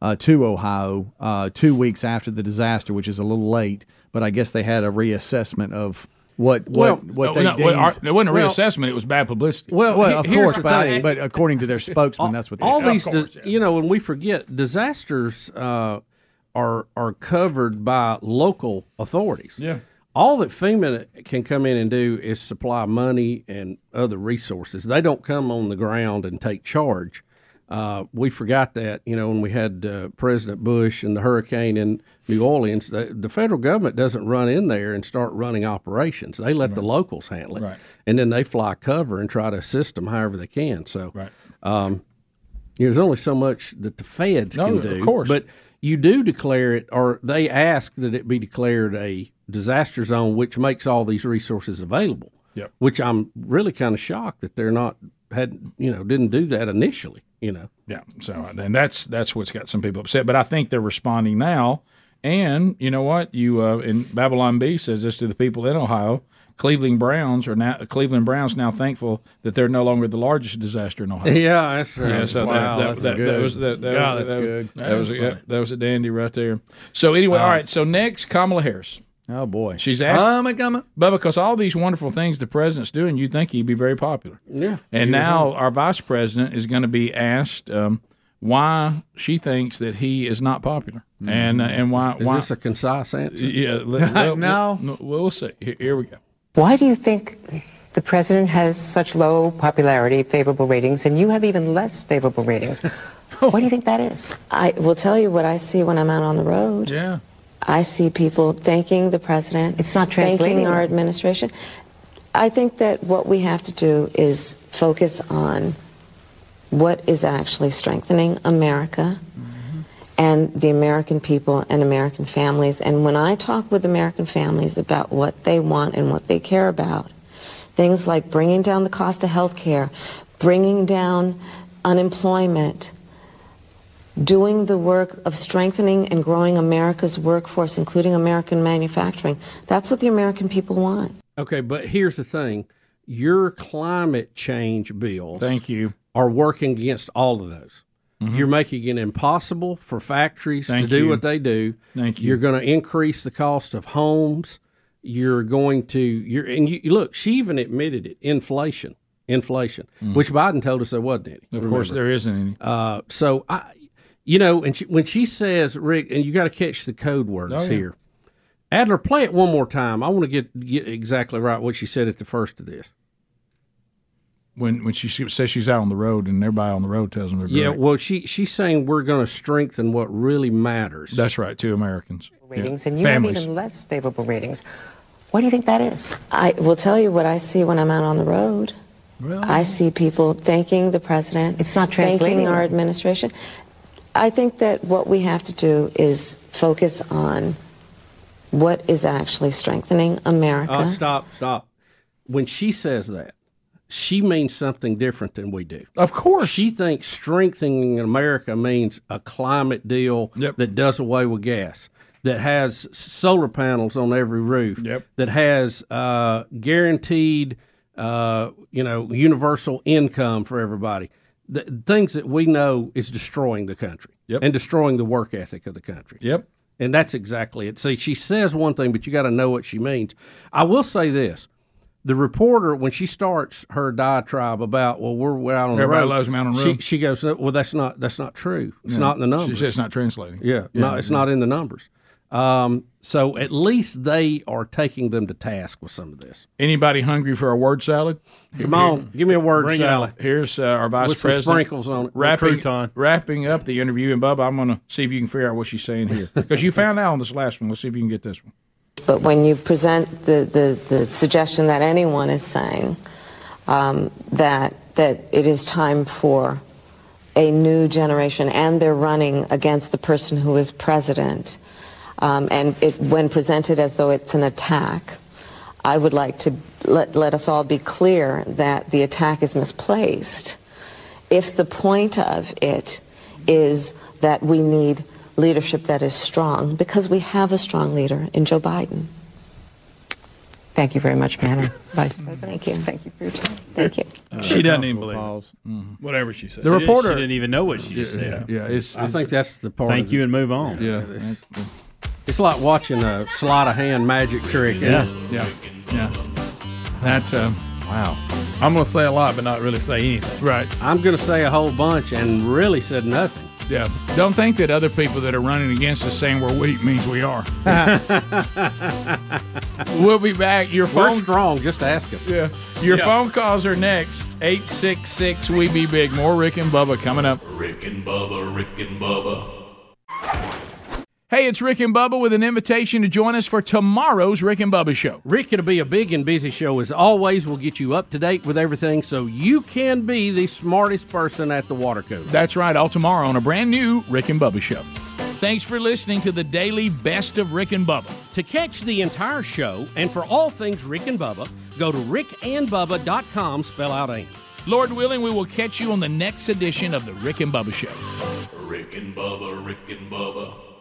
E: uh, to Ohio uh, two weeks after the disaster, which is a little late. But I guess they had a reassessment of what what what they
A: no,
E: did.
A: well, our- it wasn't a reassessment; it was bad publicity.
E: Well,
A: he-
E: of
A: here's
E: course,
A: the
E: but,
A: thing.
E: but according
B: <laughs>
E: to their spokesman, that's what they
B: all
E: said.
B: these, dis- you know, when we forget disasters uh, are are covered by local authorities.
A: Yeah.
B: All that FEMA can come in and do is supply money and other resources. They don't come on the ground and take charge. Uh, we forgot that, you know, when we had uh, President Bush and the hurricane in New Orleans, the, the federal government doesn't run in there and start running operations. They let the locals handle it,
A: Right.
B: and then they fly cover and try to assist them however they can. So, um, you know, there's only so much that the feds
A: No,
B: can
A: of
B: do.
A: course.
B: But you do declare it, or they ask that it be declared a disaster zone, which makes all these resources available.
A: Yep.
B: Which I'm really kind of shocked that they're not had you know didn't do that initially. You know.
A: Yeah. So then that's that's what's got some people upset. But I think they're responding now. And you know what? You uh, in Babylon B says this to the people in Ohio. Cleveland Browns are now Cleveland Browns now thankful that they're no longer the largest disaster in Ohio.
B: Yeah, that's right.
A: Yeah, so that-
B: Wow,
A: that,
B: that's
A: that- that
B: good.
A: was that, that
B: God,
A: was,
B: that's
A: that,
B: good.
A: That was
B: That's
A: a,
B: funny.
A: that was a dandy right there. So anyway, all
B: Uh,
A: right. So next, Kamala Harris.
E: Oh boy,
A: she's asked.
E: Kamala, Kamala.
A: But because all these wonderful things the president's doing, you'd think he'd be very popular.
B: Yeah.
A: And
B: Yeah.
A: now our vice president is going to be asked um, why she thinks that he is not popular, and uh, and why
B: Mm-hmm. Is
A: why
B: this a concise answer? <laughs>
A: yeah let- well, we'll, we'll see. Here, here we go.
L: Why do you think the president has such low popularity, favorable ratings, and you have even less favorable ratings? Why do you think that is?
M: I will tell you what I see when I'm out on the road.
A: Yeah.
M: I see people thanking the president. It's
L: not translating
M: Thanking our
L: them.
M: administration. I think that what we have to do is focus on what is actually strengthening America and the American people and American families. And when I talk with American families about what they want and what they care about, things like bringing down the cost of health care, bringing down unemployment, doing the work of strengthening and growing America's workforce, including American manufacturing. That's what the American people want.
B: Okay, but here's the thing: your climate change bills,
A: Thank you, Mm-hmm.
B: are working against all of those. You're making it impossible for factories
A: Thank
B: to do
A: you.
B: what they do.
A: Thank you.
B: You're going to increase the cost of homes. You're going to you're and you look. She even admitted it: inflation, inflation, which Biden told us there wasn't any.
A: Mm. Of course,
B: remember.
A: there isn't any.
B: Uh, so I, you know, and she, when she says Rick, and you got to catch the code words
A: Oh, yeah.
B: here. Adler, play it one more time. I want to get get exactly right what she said at the first of this.
A: When when she she says she's out on the road and everybody on the road tells them they're
B: Yeah,
A: great.
B: well, she she's saying we're going to strengthen what really matters.
A: That's right, to Americans.
L: Ratings, and you
A: Families.
L: have even less favorable ratings. Why do you think that is?
M: I will tell you what I see when I'm out on the road. I see people thanking the president. It's
L: not translating
M: Thanking our
L: them.
M: administration. I think that what we have to do is focus on what is actually strengthening America.
B: Oh, stop, stop. When she says that, she means something different than we do.
D: Of course.
B: She thinks strengthening America means a climate deal that does away with gas, that has solar panels on every roof, that has uh, guaranteed, uh, you know, universal income for everybody. The things that we know is destroying the country and destroying the work ethic of the country.
D: Yep.
B: And that's exactly it. See, she says one thing, but you got to know what she means. I will say this: the reporter, when she starts her diatribe about, well, we're, we're out on
D: Everybody
B: the road,
D: loves me out on the
B: she,
D: road.
B: she goes, "Uh, well, that's not that's not true. It's
D: Yeah.
B: not in the
D: She
B: numbers.
D: said it's not translating.
B: Yeah, no,
D: Yeah,
B: it's
D: yeah.
B: not in the numbers. Um, so at least they are taking them to task with some of this.
A: Anybody hungry for a word salad?
B: Come on, give me a word
A: Bring it
B: salad.
A: out. Here's uh, our vice
B: With some
A: president.
B: sprinkles on it.
A: Wrapping,
B: Crouton.
A: wrapping up the interview. And Bubba, I'm going to see if you can figure out what she's saying
B: <laughs>
A: here. Because you found out on this last one. Let's see if you can get this one.
M: But when you present the, the, the suggestion that anyone is saying um, that that it is time for a new generation, and they're running against the person who is president, um, and it, when presented as though it's an attack, I would like to let, let us all be clear that the attack is misplaced. If the point of it is that we need leadership that is strong, because we have a strong leader in Joe Biden.
L: Thank you very much, Manna. Vice President.
M: Thank you. Thank you for your time. Thank you.
D: she doesn't even believe it. Whatever she says.
B: The She- reporter- she
G: didn't even know what she just said.
B: Yeah, it's,
G: I
B: it's-
G: think that's
B: the
G: part of it. Yeah.
B: Yeah, it's, it's like watching a sleight of hand magic trick.
D: Yeah. Yeah. Yeah. That's
A: uh,
D: um,
B: wow.
D: I'm going to say a lot, but not really say anything.
A: Right.
B: I'm going to say a whole bunch and really said nothing. <laughs>
A: Yeah. Don't think that other people that are running against us saying we're weak means we
B: <laughs>
A: are. we'll be back. Your
B: We're
A: phone
B: strong. Just ask us.
A: Yeah. Your
B: Yeah.
A: phone calls are next. 866 We Be Big. More Rick and Bubba coming up.
F: Rick and Bubba, Rick and Bubba.
A: Hey, it's Rick and Bubba with an invitation to join us for tomorrow's Rick and Bubba show.
B: Rick, it'll be a big and busy show as always. We'll get you up to date with everything so you can be the smartest person at the water cooler.
A: That's right, all tomorrow on a brand new Rick and Bubba show. Thanks for listening to the daily best of Rick and Bubba.
B: To catch the entire show and for all things Rick and Bubba, go to rickandbubba.com, spell out AIM.
A: Lord willing, we will catch you on the next edition of the Rick and Bubba show.
F: Rick and Bubba, Rick and Bubba.